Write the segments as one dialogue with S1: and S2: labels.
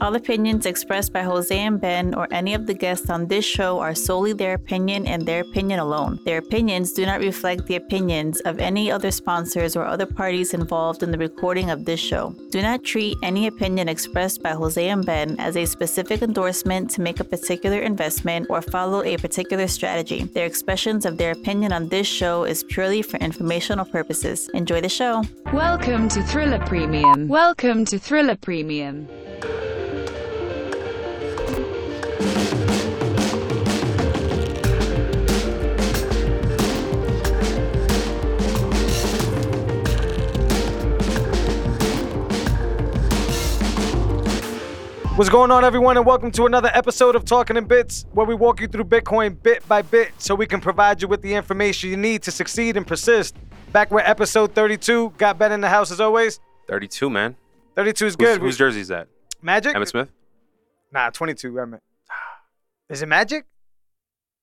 S1: All opinions expressed by Jose and Ben or any of the guests on this show are solely their opinion and their opinion alone. Their opinions do not reflect the opinions of any other sponsors or other parties involved in the recording of this show. Do not treat any opinion expressed by Jose and Ben as a specific endorsement to make a particular investment or follow a particular strategy. Their expressions of their opinion on this show is purely for informational purposes. Enjoy the show.
S2: Welcome to Thriller Premium. Welcome to Thriller Premium.
S3: What's going on, everyone, and welcome to another episode of Talking in Bits, where we walk you through Bitcoin bit by bit so we can provide you with the information you need to succeed and persist. Back with episode 32. Got Ben in the house as always.
S4: 32, man.
S3: 32 is
S4: Who's,
S3: good.
S4: whose jersey is that?
S3: Magic?
S4: Emmett Smith?
S3: Nah, 22. Emmett. Is it Magic?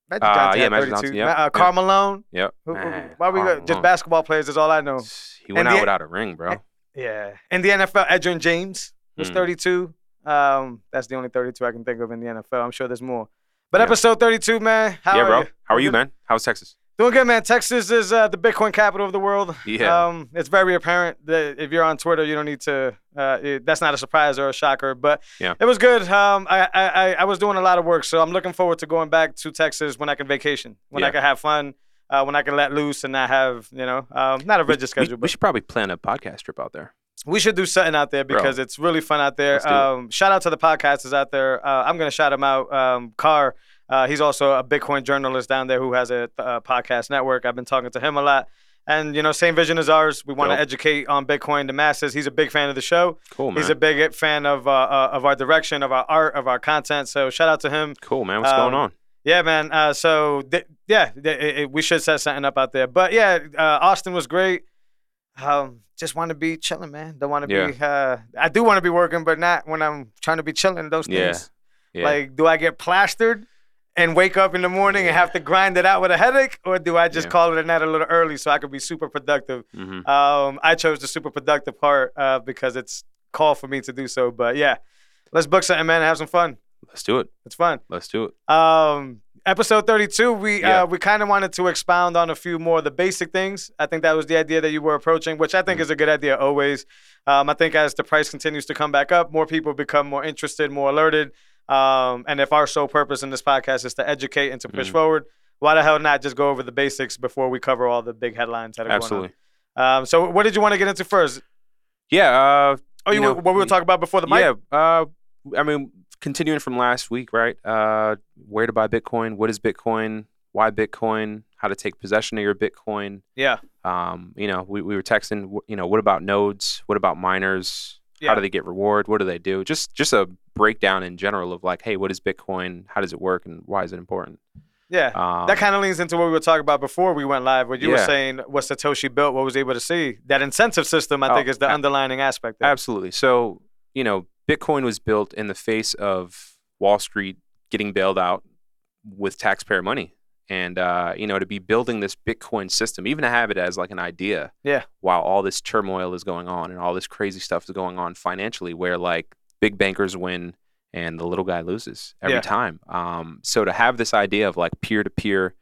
S3: Magic
S4: Uh,
S3: Johnson
S4: yeah,
S3: had
S4: Magic
S3: 32.
S4: Johnson, yeah,
S3: Ma- Uh,
S4: yeah.
S3: Karl Malone.
S4: Yep.
S3: Who- who-
S4: Man,
S3: Why we
S4: Karl
S3: got just
S4: Malone.
S3: basketball players? That's all I know.
S4: He
S3: And
S4: went out
S3: the-
S4: without a ring, bro.
S3: Yeah. In the NFL, Edrin James was
S4: Mm.
S3: 32. Um, that's the only 32 I can think of in the NFL. I'm sure there's more. But
S4: Yeah.
S3: episode 32, man. How
S4: yeah,
S3: are
S4: bro.
S3: you?
S4: How are you,
S3: Good-
S4: man? How's Texas?
S3: Doing good, man. Texas is uh, the Bitcoin capital of the world.
S4: Yeah.
S3: Um, it's very apparent that if you're on Twitter, you don't need to. Uh, it, that's not a surprise or a shocker, but
S4: Yeah.
S3: it was good. Um, I, I I- I was doing a lot of work, so I'm looking forward to going back to Texas when I can vacation, when I
S4: Yeah.
S3: can have fun, uh, when I can let loose and not have you know um, not a
S4: We-
S3: rigid
S4: we,
S3: schedule.
S4: we
S3: but
S4: should probably plan a podcast trip out there.
S3: we should do something out there
S4: Bro.
S3: because it's really fun out there.
S4: Let's do it.
S3: Um, shout out to the podcasters out there. Uh, I'm gonna shout him out. Um, Carr, uh, he's also a Bitcoin journalist down there who has a uh, podcast network. I've been talking to him a lot, and you know, same vision as ours. We want to
S4: Dope.
S3: educate on Bitcoin the masses. He's a big fan of the show.
S4: Cool, Oh, man.
S3: He's a big fan of uh, uh, of our direction, of our art, of our content. So shout out to him.
S4: cool, man. What's
S3: um,
S4: going on?
S3: Yeah, man. Uh, so th- yeah, th- it- it- we should set something up out there. But yeah, uh, Austin was great. Um, just want to be chilling, man. Don't want to be. Uh, I do want to be working, but not when I'm trying to be chilling. Those
S4: Yeah,
S3: things.
S4: Yeah.
S3: Like, do I get plastered and wake up in the morning and have to grind it out with a headache, or do I just
S4: Yeah.
S3: call it a night a little early so I could be super productive?
S4: Mhm.
S3: Um, I chose the super productive part uh, because it's called for me to do so. But yeah, let's book something, man. and Have some fun.
S4: Let's do it.
S3: It's fun
S4: Let's do it.
S3: um episode 32 we
S4: Yeah.
S3: uh, we kind of wanted to expound on a few more of the basic things i think that was the idea that you were approaching which i think
S4: Mm-hmm.
S3: is a good idea always um, i think as the price continues to come back up more people become more interested more alerted um, and if our sole purpose in this podcast is to educate and to push
S4: Mhm.
S3: forward why the hell not just go over the basics before we cover all the big headlines that are
S4: Absolutely.
S3: going on um, so what did you want to get into first
S4: Yeah. Uh,
S3: oh you,
S4: You know,
S3: what we were
S4: we-
S3: talking about before the mic
S4: yeah. Uh, I mean, continuing from last week, right? Uh, where to buy Bitcoin? What is Bitcoin? Why Bitcoin? How to take possession of your Bitcoin?
S3: yeah
S4: Um, you know, we, we were texting. wh- You know, what about nodes? What about miners?
S3: Yeah.
S4: How do they get reward? What do they do? Just just a breakdown in general of like, hey, what is Bitcoin? How does it work, and why is it important?
S3: yeah
S4: Um,
S3: that kind of leans into what we were talking about before we went live. What you were
S4: Yeah.
S3: saying, what Satoshi built, what was able to see. That incentive system, I
S4: Oh,
S3: think, is the
S4: ab-
S3: underlining aspect. There.
S4: absolutely. So you know, Bitcoin was built in the face of Wall Street getting bailed out with taxpayer money, and uh, you know, to be building this Bitcoin system, even to have it as like an idea,
S3: Yeah.
S4: while all this turmoil is going on and all this crazy stuff is going on financially, where like big bankers win and the little guy loses every
S3: Yeah.
S4: time. Um, so to have this idea of like peer-to-peer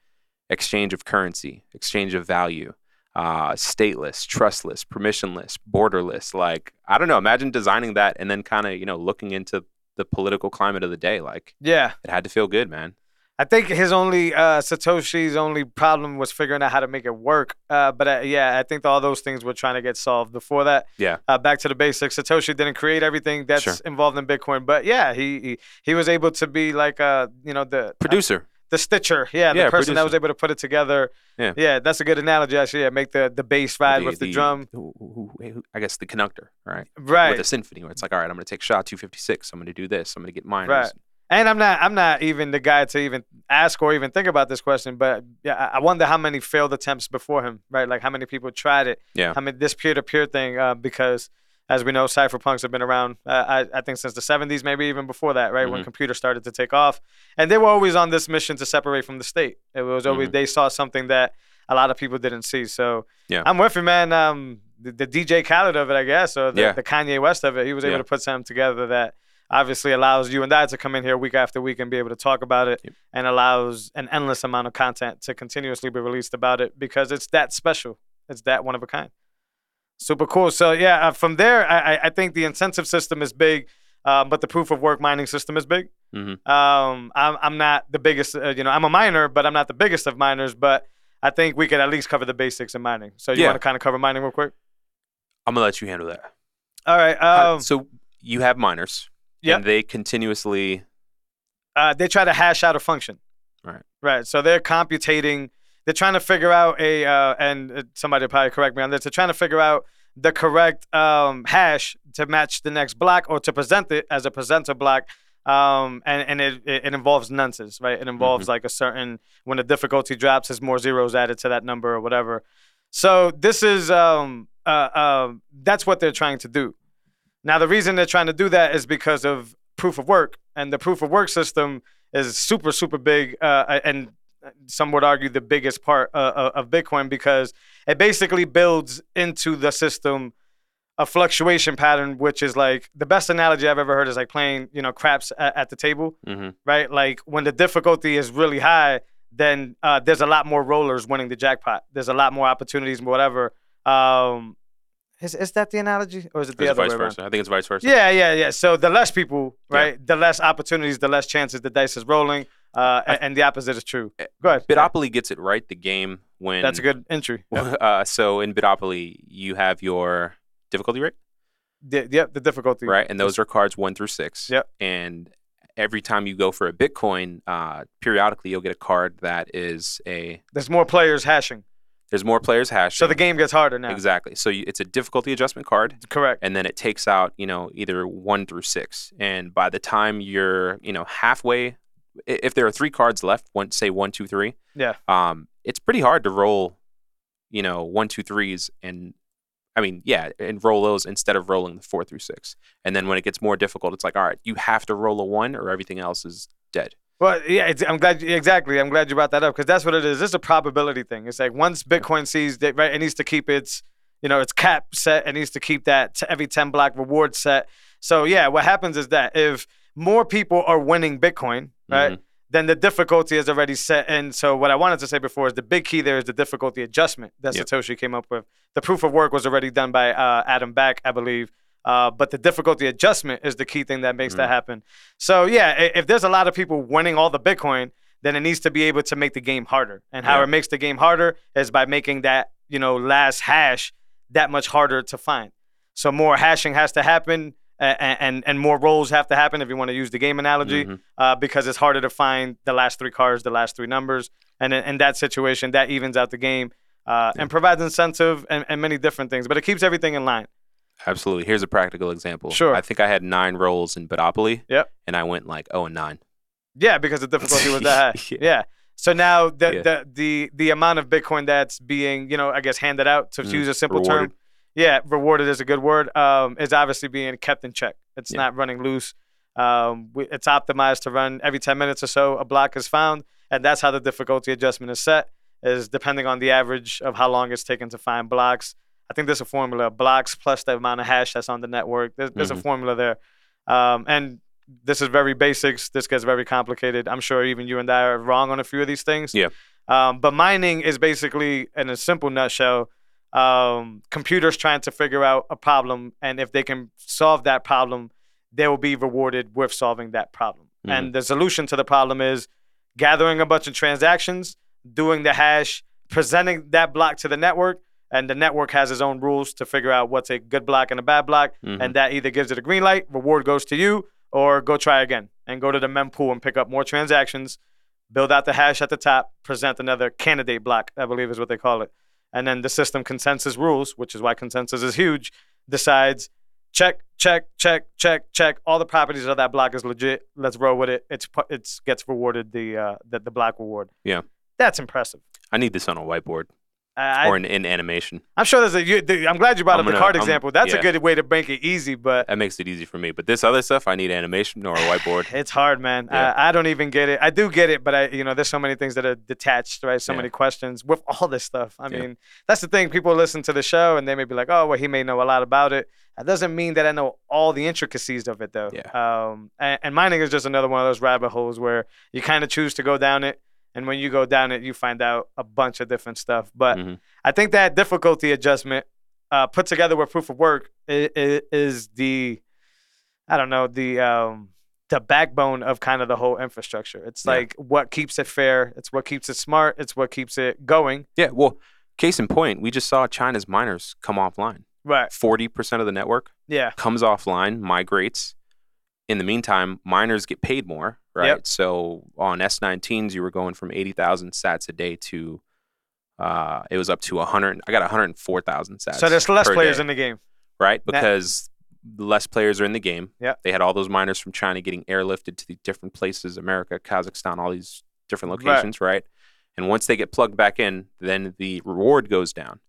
S4: exchange of currency, exchange of value, uh, stateless, trustless, permissionless, borderless. Like, I don't know. Imagine designing that and then kind of, you know, looking into the political climate of the day. Like,
S3: Yeah,
S4: it had to feel good, man.
S3: I think his only uh, Satoshi's only problem was figuring out how to make it work. Uh, but uh, yeah, I think all those things were trying to get solved before that.
S4: Yeah.
S3: Uh, back to the basics. Satoshi didn't create everything that's
S4: Sure.
S3: involved in Bitcoin, but yeah, he he, he was able to be like uh you know the
S4: Producer.
S3: the stitcher yeah the
S4: Yeah,
S3: person that was
S4: producer.
S3: able to put it together
S4: Yeah.
S3: yeah that's a good analogy actually yeah make the the bass ride with the, drum
S4: who- who- who- who- I guess the conductor, right?
S3: right
S4: With a symphony where it's like, all right, I'm going to take shot 256. I'm going to do this. I'm going to get minors.
S3: Right. And I'm not I'm not even the guy to even ask or even think about this question, but yeah, I I wonder how many failed attempts before him, right? Like how many people tried it.
S4: Yeah.
S3: I mean, this peer to peer thing, uh, because as we know, cypherpunks have been around, uh, I, I think, since the 70s, maybe even before that, right? When
S4: Mhm.
S3: computers started to take off. And they were always on this mission to separate from the state. It was always,
S4: Mhm.
S3: they saw something that a lot of people didn't see. So
S4: Yeah.
S3: I'm with you, man. Um, the, the DJ Khaled of it, I guess, or the,
S4: Yeah.
S3: the Kanye West of it, he was able
S4: Yeah.
S3: to put something together that obviously allows you and I to come in here week after week and be able to talk about it
S4: Yep.
S3: and allows an endless amount of content to continuously be released about it because it's that special. It's that one of a kind. Super cool. So yeah, uh, from there, I, I- I think the incentive system is big, uh, but the proof of work mining system is big.
S4: Mhm.
S3: Um, I'm, I'm not the biggest, uh, you know, I'm a miner, but I'm not the biggest of miners. But I think we could at least cover the basics in mining. So you
S4: Yeah.
S3: want to kind of cover mining real quick?
S4: I'm gonna let you handle that.
S3: All right.
S4: How-
S3: Um,
S4: so you have miners,
S3: Yep.
S4: and they continuously
S3: uh, they try to hash out a function.
S4: Right.
S3: Right. So they're computating. They're trying to figure out a uh, and uh, somebody will probably correct me on this. They're trying to figure out the correct um, hash to match the next block or to present it as a presenter block. Um, and and it, it, it involves nonsense, right? It involves like a certain when the difficulty drops, there's more zeros added to that number or whatever. So this is um, uh, uh, that's what they're trying to do. Now the reason they're trying to do that is because of proof of work, and the proof of work system is super super big, uh, and some would argue the biggest part uh, of Bitcoin because it basically builds into the system a fluctuation pattern, which is like the best analogy I've ever heard is like playing you know craps at, at the table
S4: mhm,
S3: right? Like when the difficulty is really high, then uh, there's a lot more rollers winning the jackpot. There's a lot more opportunities, whatever. Um, is, is that the analogy, or is it the
S4: it's
S3: other
S4: vice
S3: way around?
S4: versa. I think it's vice versa.
S3: Yeah, yeah, yeah. So the less people,
S4: Yeah.
S3: right? The less opportunities, the less chances the dice is rolling, uh, and, and the opposite is true.
S4: Eh,
S3: Go ahead.
S4: Bidopoly gets it right. The game when
S3: That's a good entry. Yep,
S4: uh, so in Bidopoly, you have your difficulty rate,
S3: the, yep, the difficulty.
S4: right? And those are cards one through six.
S3: Yep.
S4: And every time you go for a Bitcoin, uh, periodically you'll get a card that is a.
S3: There's more players hashing,
S4: There's more players hashing.
S3: so the game gets harder now.
S4: Exactly. So you, it's a difficulty adjustment card.
S3: Correct.
S4: and then it takes out you know either one through six and by the time you're you know halfway i- if there are three cards left one say one two three
S3: Yeah.
S4: um it's pretty hard to roll you know one two threes and i mean yeah and roll those instead of rolling the four through six and then when it gets more difficult it's like all right you have to roll a one or everything else is dead
S3: Well, yeah, it's, I'm glad. Exactly, I'm glad you brought that up because that's what it is. It's a probability thing. It's like once Bitcoin sees that, right, it needs to keep its, you know, its cap set. It needs to keep that t- every ten block reward set. So yeah, what happens is that if more people are winning Bitcoin, right, then the difficulty is already set. And so what I wanted to say before is the big key there is the difficulty adjustment that
S4: Yep.
S3: Satoshi came up with. The proof of work was already done by uh, Adam Back, I believe. Uh, but the difficulty adjustment is the key thing that makes that happen. So yeah, i- if there's a lot of people winning all the Bitcoin, then it needs to be able to make the game harder. And how
S4: Yeah.
S3: it makes the game harder is by making that you know last hash that much harder to find. So more hashing has to happen, and and, and more rolls have to happen if you want to use the game analogy,
S4: Mhm.
S3: uh, because it's harder to find the last three cards, the last three numbers, and in, in that situation, that evens out the game. Uh, and provides incentive and, and many different things, but it keeps everything in line.
S4: absolutely here's a practical example
S3: Sure.
S4: i think i had nine rolls in bidopoly
S3: Yep.
S4: and i went like oh and nine
S3: Yeah, because the difficulty was that high. yeah.
S4: Yeah.
S3: So now the,
S4: Yeah.
S3: the the the amount of Bitcoin that's being, you know, I guess handed out to
S4: Mm,
S3: use a simple
S4: rewarded.
S3: term. Yeah, rewarded is a good word. Um, is obviously being kept in check. It's
S4: Yeah.
S3: not running loose. Um, we, it's optimized to run every 10 minutes or so. A block is found, and that's how the difficulty adjustment is set. Is depending on the average of how long it's taken to find blocks. I think there's a formula: blocks plus the amount of hash that's on the network. There's, there's a
S4: Mhm.
S3: formula there, um, and this is very basics. This gets very complicated. I'm sure even you and I are wrong on a few of these things.
S4: Yeah.
S3: Um, but mining is basically, in a simple nutshell, um, computers trying to figure out a problem, and if they can solve that problem, they will be rewarded with solving that problem.
S4: Mhm.
S3: And the solution to the problem is gathering a bunch of transactions, doing the hash, presenting that block to the network, and the network has its own rules to figure out what's a good block and a bad block,
S4: Mhm.
S3: and that either gives it a green light, reward goes to you, or go try again and go to the mempool and pick up more transactions, build out the hash at the top, present another candidate block, I believe is what they call it. And then the system consensus rules, which is why consensus is huge, decides check, check, check, check, check. All the properties of that block is legit. Let's roll with it. It's pu- it's gets rewarded the uh, the, the block reward.
S4: Yeah.
S3: that's impressive.
S4: i need this on a whiteboard
S3: I, I,
S4: or in, in animation.
S3: I'm sure there's a. You, th- I'm glad you brought
S4: I'm
S3: up the
S4: gonna-
S3: card
S4: I'm-
S3: example. That's a
S4: yeah.
S3: good way to make it easy, but
S4: That makes it easy for me. But this other stuff, I need animation or a whiteboard.
S3: it's hard, man.
S4: Yeah.
S3: I, I don't even get it. I do get it, but I, you know, there's so many things that are detached, right? So
S4: Yeah.
S3: many questions with all this stuff. I
S4: Yeah.
S3: mean, that's the thing. People listen to the show and they may be like, "Oh, well, he may know a lot about it." That doesn't mean that I know all the intricacies of it, though. Yeah. Um, and, and mining is just another one of those rabbit holes where you kind of choose to go down it, and when you go down it, you find out a bunch of different stuff. But
S4: Mhm.
S3: I think that difficulty adjustment uh, put together with proof of work is, is the, I don't know, the um, the backbone of kind of the whole infrastructure. It's
S4: Yeah.
S3: like what keeps it fair. It's what keeps it smart. It's what keeps it going.
S4: Yeah. Well, case in point, we just saw China's miners come offline.
S3: Right.
S4: 40% of the network
S3: Yeah.
S4: comes offline, migrates. In the meantime, miners get paid more, right?
S3: Yep.
S4: So on S19s, you were going from 80,000 sats a day to, uh, it was up to 100. I got 104,000 sats.
S3: so there's less
S4: per
S3: players
S4: day.
S3: in the game.
S4: right?
S3: That-
S4: Because less players are in the game.
S3: Yep.
S4: They had all those miners from China getting airlifted to the different places, America, Kazakhstan, all these different
S3: Right.
S4: locations, right? And once they get plugged back in, then the reward goes down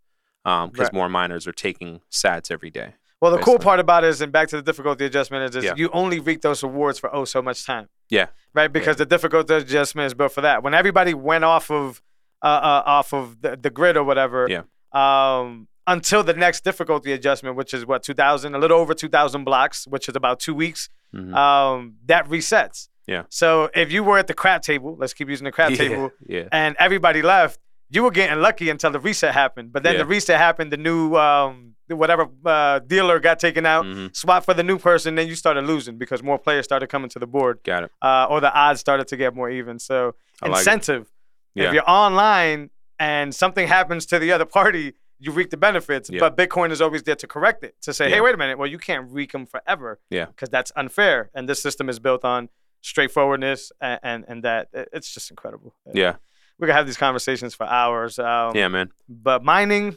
S4: because
S3: Right.
S4: more miners are taking sats every day.
S3: Well, the cool
S4: Basically.
S3: part about it is, and back to the difficulty adjustment, is, is
S4: Yeah.
S3: you only reap those rewards for oh so much time.
S4: Yeah.
S3: Right, because the difficulty adjustment is built for that. When everybody went off of uh, uh, off of the, the grid or whatever,
S4: Yeah.
S3: um, until the next difficulty adjustment, which is what two thousand, a little over two thousand blocks, which is about two weeks.
S4: Mhm.
S3: Um, that resets.
S4: Yeah.
S3: So if you were at the crap table, let's keep using the crap
S4: yeah.
S3: table,
S4: Yeah.
S3: and everybody left, you were getting lucky until the reset happened. But then
S4: Yeah.
S3: the reset happened, the new um, whatever uh, dealer got taken out,
S4: Mhm.
S3: swap for the new person, then you started losing because more players started coming to the board
S4: Got it.
S3: uh, or the odds started to get more even. So
S4: I like it.
S3: incentive.
S4: Yeah.
S3: If you're online and something happens to the other party, you reap the benefits.
S4: Yeah.
S3: But Bitcoin is always there to correct it to say, hey,
S4: Yeah.
S3: wait a minute. Well, you can't reap them forever.
S4: Yeah.
S3: Because that's unfair. And this system is built on straightforwardness and and, and that it- it's just incredible.
S4: Yeah.
S3: We could have these conversations for hours. Um,
S4: Yeah, man.
S3: But mining,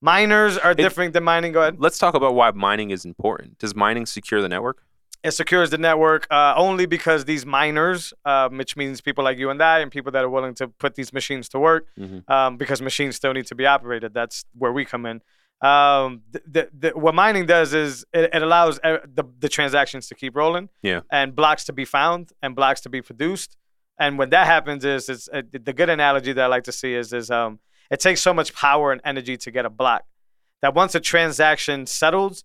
S3: miners are different than mining. Go ahead.
S4: Let's talk about why mining is important. Does mining secure the network?
S3: it secures the network uh, only because these miners, uh, which means people like you and I, and people that are willing to put these machines to work,
S4: Mhm.
S3: um, because machines still need to be operated. That's where we come in. Um, th- th- th- what mining does is it, it allows uh, the, the transactions to keep rolling,
S4: Yeah.
S3: and blocks to be found and blocks to be produced. And when that happens, is it's uh, the good analogy that I like to see is is um, it takes so much power and energy to get a block that once a transaction settles,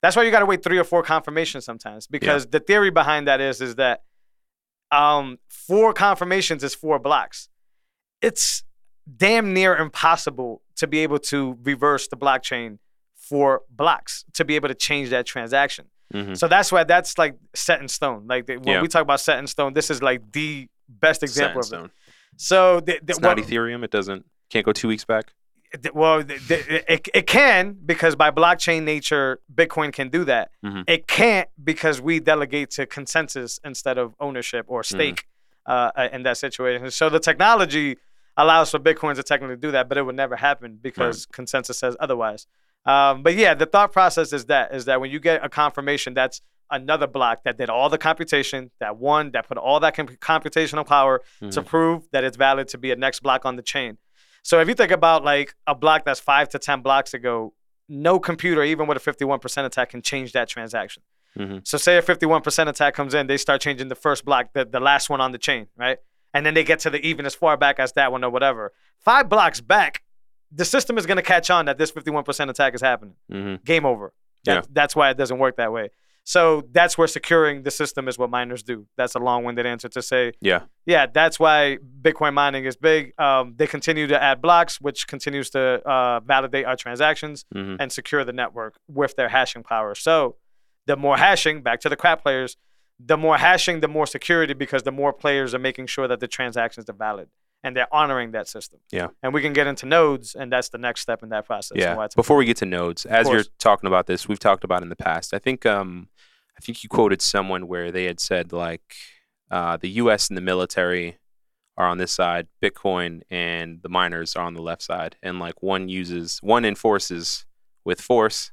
S3: that's why you got to wait three or four confirmations sometimes because the theory behind that is is that um, four confirmations is four blocks. It's damn near impossible to be able to reverse the blockchain for blocks to be able to change that transaction.
S4: Mhm.
S3: So that's why that's like set in stone. Like the, when
S4: Yeah.
S3: we talk about set in stone, this is like the best example of it.
S4: Sandstone.
S3: So the, the,
S4: It's not
S3: what-
S4: Ethereum. It doesn't, can't go two weeks back.
S3: th- well th- th- it, it can because by blockchain nature bitcoin can do that
S4: Mhm.
S3: it can't because we delegate to consensus instead of ownership or stake uh, uh, in that situation so the technology allows for bitcoin to technically do that but it would never happen because consensus says otherwise um, but yeah the thought process is that is that when you get a confirmation that's another block that did all the computation that one that put all that com- computational power to
S4: Mhm.
S3: prove that it's valid to be a next block on the chain. So if you think about like a block that's five to ten blocks ago, no computer, even with a 51% attack, can change that transaction.
S4: Mhm.
S3: So say a 51% attack comes in, they start changing the first block, the, the last one on the chain, right? And then they get to the even as far back as that one or whatever. Five blocks back, the system is gonna catch on that this 51% attack is happening
S4: Mhm.
S3: game over. That,
S4: Yeah.
S3: That's why it doesn't work that way. So that's where securing the system is what miners do. That's a long-winded answer to say.
S4: Yeah.
S3: Yeah, that's why Bitcoin mining is big. Um, they continue to add blocks, which continues to uh, validate our transactions
S4: Mhm.
S3: and secure the network with their hashing power. So the more hashing, back to the crap players, the more hashing, the more security because the more players are making sure that the transactions are valid and they're honoring that system.
S4: Yeah.
S3: And we can get into nodes, and that's the next step in that process. and why
S4: Yeah.
S3: it's
S4: Before we get to nodes, as you're
S3: course.
S4: talking about this, we've talked about in the past. I think um, I think you quoted someone where they had said like uh, the U.S. and the military are on this side, Bitcoin and the miners are on the left side, and like one uses one enforces with force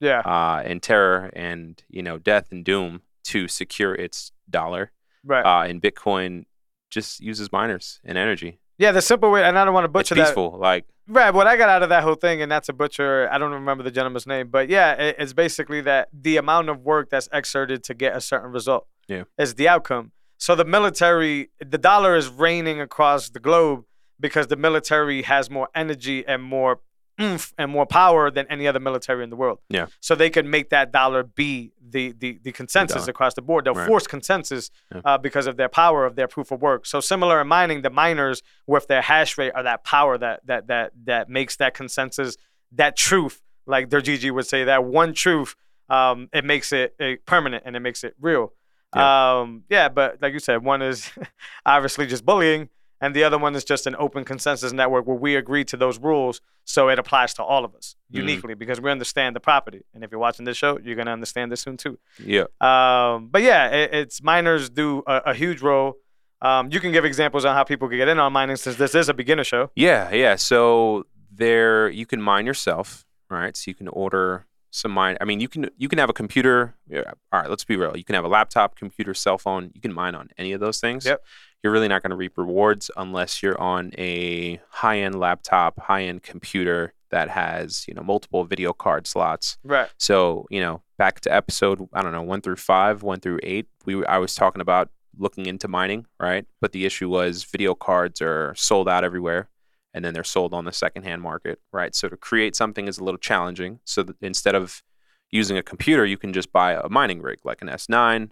S3: yeah.
S4: uh, and terror and you know death and doom to secure its dollar,
S3: Right.
S4: uh, and Bitcoin just uses miners and energy.
S3: Yeah, the simple way, and I don't want to butcher
S4: it's
S3: that.
S4: peaceful, like
S3: Right. What I got out of that whole thing, and that's a butcher. I don't remember the gentleman's name, but yeah, it, it's basically that the amount of work that's exerted to get a certain result.
S4: Yeah.
S3: Is the outcome. So the military, the dollar is reigning across the globe because the military has more energy and more oomph and more power than any other military in the world.
S4: Yeah.
S3: So they can make that dollar be the the, the consensus
S4: dollar.
S3: across the board. They'll
S4: Right.
S3: force consensus
S4: Yeah.
S3: uh, because of their power of their proof of work. So similar in mining, the miners with their hash rate are that power that that that that makes that consensus, that truth, like their Gigi would say, that one truth, um, it makes it, uh permanent and it makes it real. Um, yeah, but like you said, one is obviously just bullying, and the other one is just an open consensus network where we agree to those rules, so it applies to all of us
S4: Mhm.
S3: uniquely because we understand the property. And if you're watching this show, you're gonna understand this soon too.
S4: Yeah.
S3: Um, but yeah, it, it's miners do a, a huge role. Um, you can give examples on how people can get in on mining since this is a beginner show.
S4: Yeah, yeah. So there, you can mine yourself, right? So you can order some mine. I mean, you can you can have a computer. Yeah, all right, let's be real. You can have a laptop, computer, cell phone. You can mine on any of those things.
S3: Yep.
S4: You're really not going to reap rewards unless you're on a high-end laptop, high-end computer that has you know multiple video card slots.
S3: Right.
S4: So you know, back to episode I don't know one through five, one through eight. We I was talking about looking into mining, right? But the issue was video cards are sold out everywhere, and then they're sold on the secondhand market, right? So to create something is a little challenging. So that instead of using a computer, you can just buy a mining rig like an S9,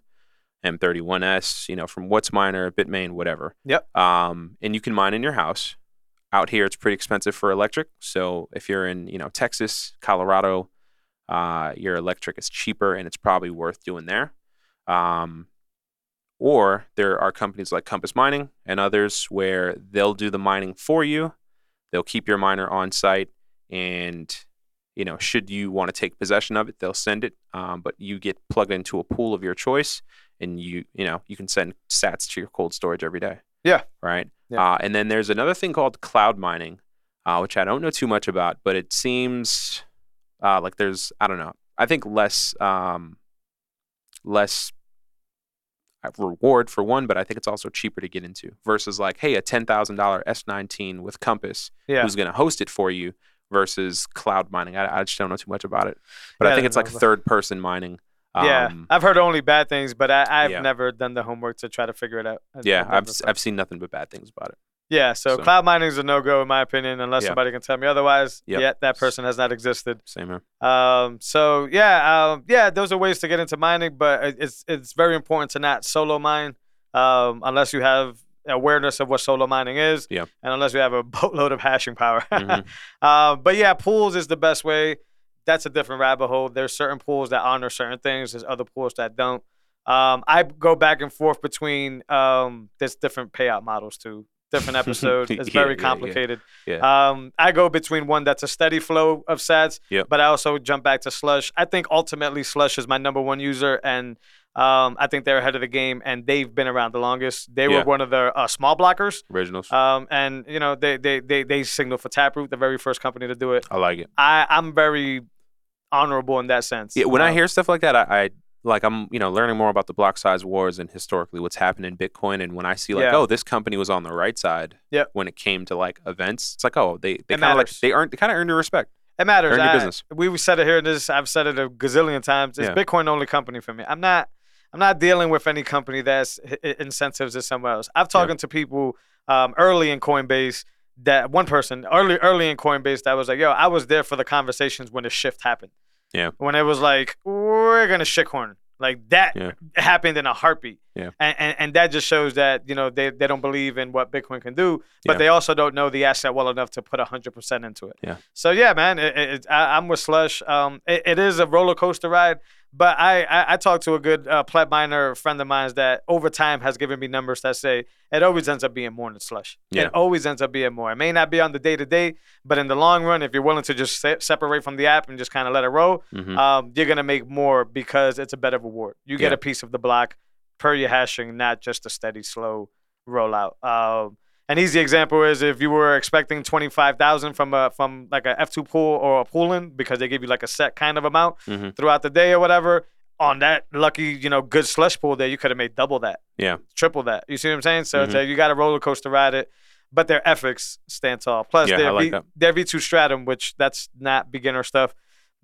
S4: M31S, you know, from What's Miner, Bitmain, whatever.
S3: Yep.
S4: Um, and you can mine in your house. Out here, it's pretty expensive for electric. So if you're in, you know, Texas, Colorado, uh, your electric is cheaper, and it's probably worth doing there. Um, or there are companies like Compass Mining and others where they'll do the mining for you. They'll keep your miner on site, and you know, should you want to take possession of it, they'll send it. Um, but you get plugged into a pool of your choice, and you you know you can send sats to your cold storage every day.
S3: Yeah.
S4: Right.
S3: Yeah.
S4: Uh, and then there's another thing called cloud mining, uh, which I don't know too much about, but it seems uh, like there's I don't know. I think less um, less uh, reward for one, but I think it's also cheaper to get into versus like, hey, a ten thousand dollar S nineteen with Compass,
S3: Yeah.
S4: who's going to host it for you, versus cloud mining. I, I just don't know too much about it, but
S3: Yeah,
S4: I think it's like
S3: no, but-
S4: third person mining.
S3: yeah. I've heard only bad things, but I, I've
S4: um, Yeah.
S3: never done the homework to try to figure it out. I've
S4: yeah,
S3: never
S4: I've
S3: done
S4: s-
S3: it.
S4: I've seen nothing but bad things about it.
S3: yeah. So,
S4: so-
S3: cloud mining is a no go in my opinion, unless
S4: Yeah.
S3: somebody can tell me otherwise.
S4: Yep.
S3: Yeah, that person has not existed.
S4: Same here.
S3: Um, so yeah, um, yeah, those are ways to get into mining, but it- it's it's very important to not solo mine um, unless you have awareness of what solo mining is,
S4: Yeah.
S3: and unless you have a boatload of hashing power.
S4: Mhm.
S3: um, but yeah, pools is the best way. That's a different rabbit hole. There's certain pools that honor certain things. There's other pools that don't. Um, I go back and forth between um, there's different payout models too. Different episode. It's
S4: Yeah,
S3: very
S4: yeah, yeah.
S3: complicated.
S4: Yeah.
S3: Um, I go between one that's a steady flow of sats,
S4: Yep.
S3: but I also jump back to slush. I think ultimately slush is my number one user, and um, I think they're ahead of the game, and they've been around the longest. They
S4: Yeah.
S3: were one of the uh, small blockers,
S4: Originals.
S3: um, and you know they they they they signal for Taproot, the very first company to do it.
S4: I like it.
S3: I I'm very honorable in that sense.
S4: Yeah, when I
S3: Um,
S4: hear stuff like that, I, I like I'm you know learning more about the block size wars and historically what's happened in Bitcoin. And when I see like,
S3: Yeah.
S4: oh, this company was on the right side
S3: Yep.
S4: when it came to like events, it's like oh they they
S3: It
S4: kind of like
S3: matters.
S4: they earned they kind of earned your respect.
S3: It matters.
S4: Earn your
S3: I-
S4: business.
S3: We we said it here. This I've said it a gazillion times. It's
S4: Yeah.
S3: Bitcoin only company for me. I'm not. I'm not dealing with any company that's h- h- incentives is somewhere else. I've talking to people um, early in Coinbase that one person early early in Coinbase that was like, "Yo, I was there for the conversations when the shift happened."
S4: Yeah.
S3: When it was like, "We're gonna shitcoin." Like that
S4: Yeah.
S3: happened in a heartbeat.
S4: Yeah.
S3: And, and and that just shows that you know they, they don't believe in what Bitcoin can do, but
S4: Yeah.
S3: they also don't know the asset well enough to put hundred percent into it. So yeah, man, it, it, it- I, I'm with Slush. Um, it, it is a roller coaster ride, but I I, I talked to a good uh, pleb miner friend of mine that over time has given me numbers that say it always ends up being more than Slush.
S4: Yeah.
S3: It always ends up being more. It may not be on the day to day, but in the long run, if you're willing to just se- separate from the app and just kind of let it roll,
S4: Mhm.
S3: um, you're gonna make more because it's a better reward. You get
S4: Yeah.
S3: a piece of the block per your hashing, not just a steady slow rollout. Um, an easy example is if you were expecting twenty five thousand from a from like a F two pool or a pool in because they give you like a set kind of amount
S4: Mhm.
S3: throughout the day or whatever. On that lucky, you know, good slush pool day, you could have made double that,
S4: Yeah.
S3: triple that. You see what I'm saying? So it's
S4: Mhm.
S3: a- you got a roller coaster ride it. but their ethics stand tall. Plus,
S4: Yeah, I
S3: their,
S4: like
S3: V-
S4: that.
S3: their V2 Stratum, which that's not beginner stuff.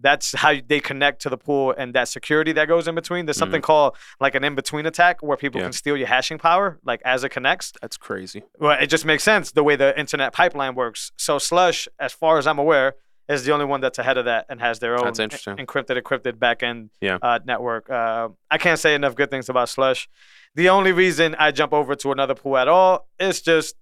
S3: That's how you- they connect to the pool and that security that goes in between. There's something called like an in between attack where people
S4: Mm-hmm. Yeah.
S3: can steal your hashing power, like as it connects.
S4: That's crazy.
S3: Well, it just makes sense the way the internet pipeline works. So Slush, as far as I'm aware, is the only one that's ahead of that and has their own
S4: That's interesting.
S3: en- encrypted, encrypted backend
S4: Yeah.
S3: uh, network. Uh, I can't say enough good things about Slush. The only reason I jump over to another pool at all is just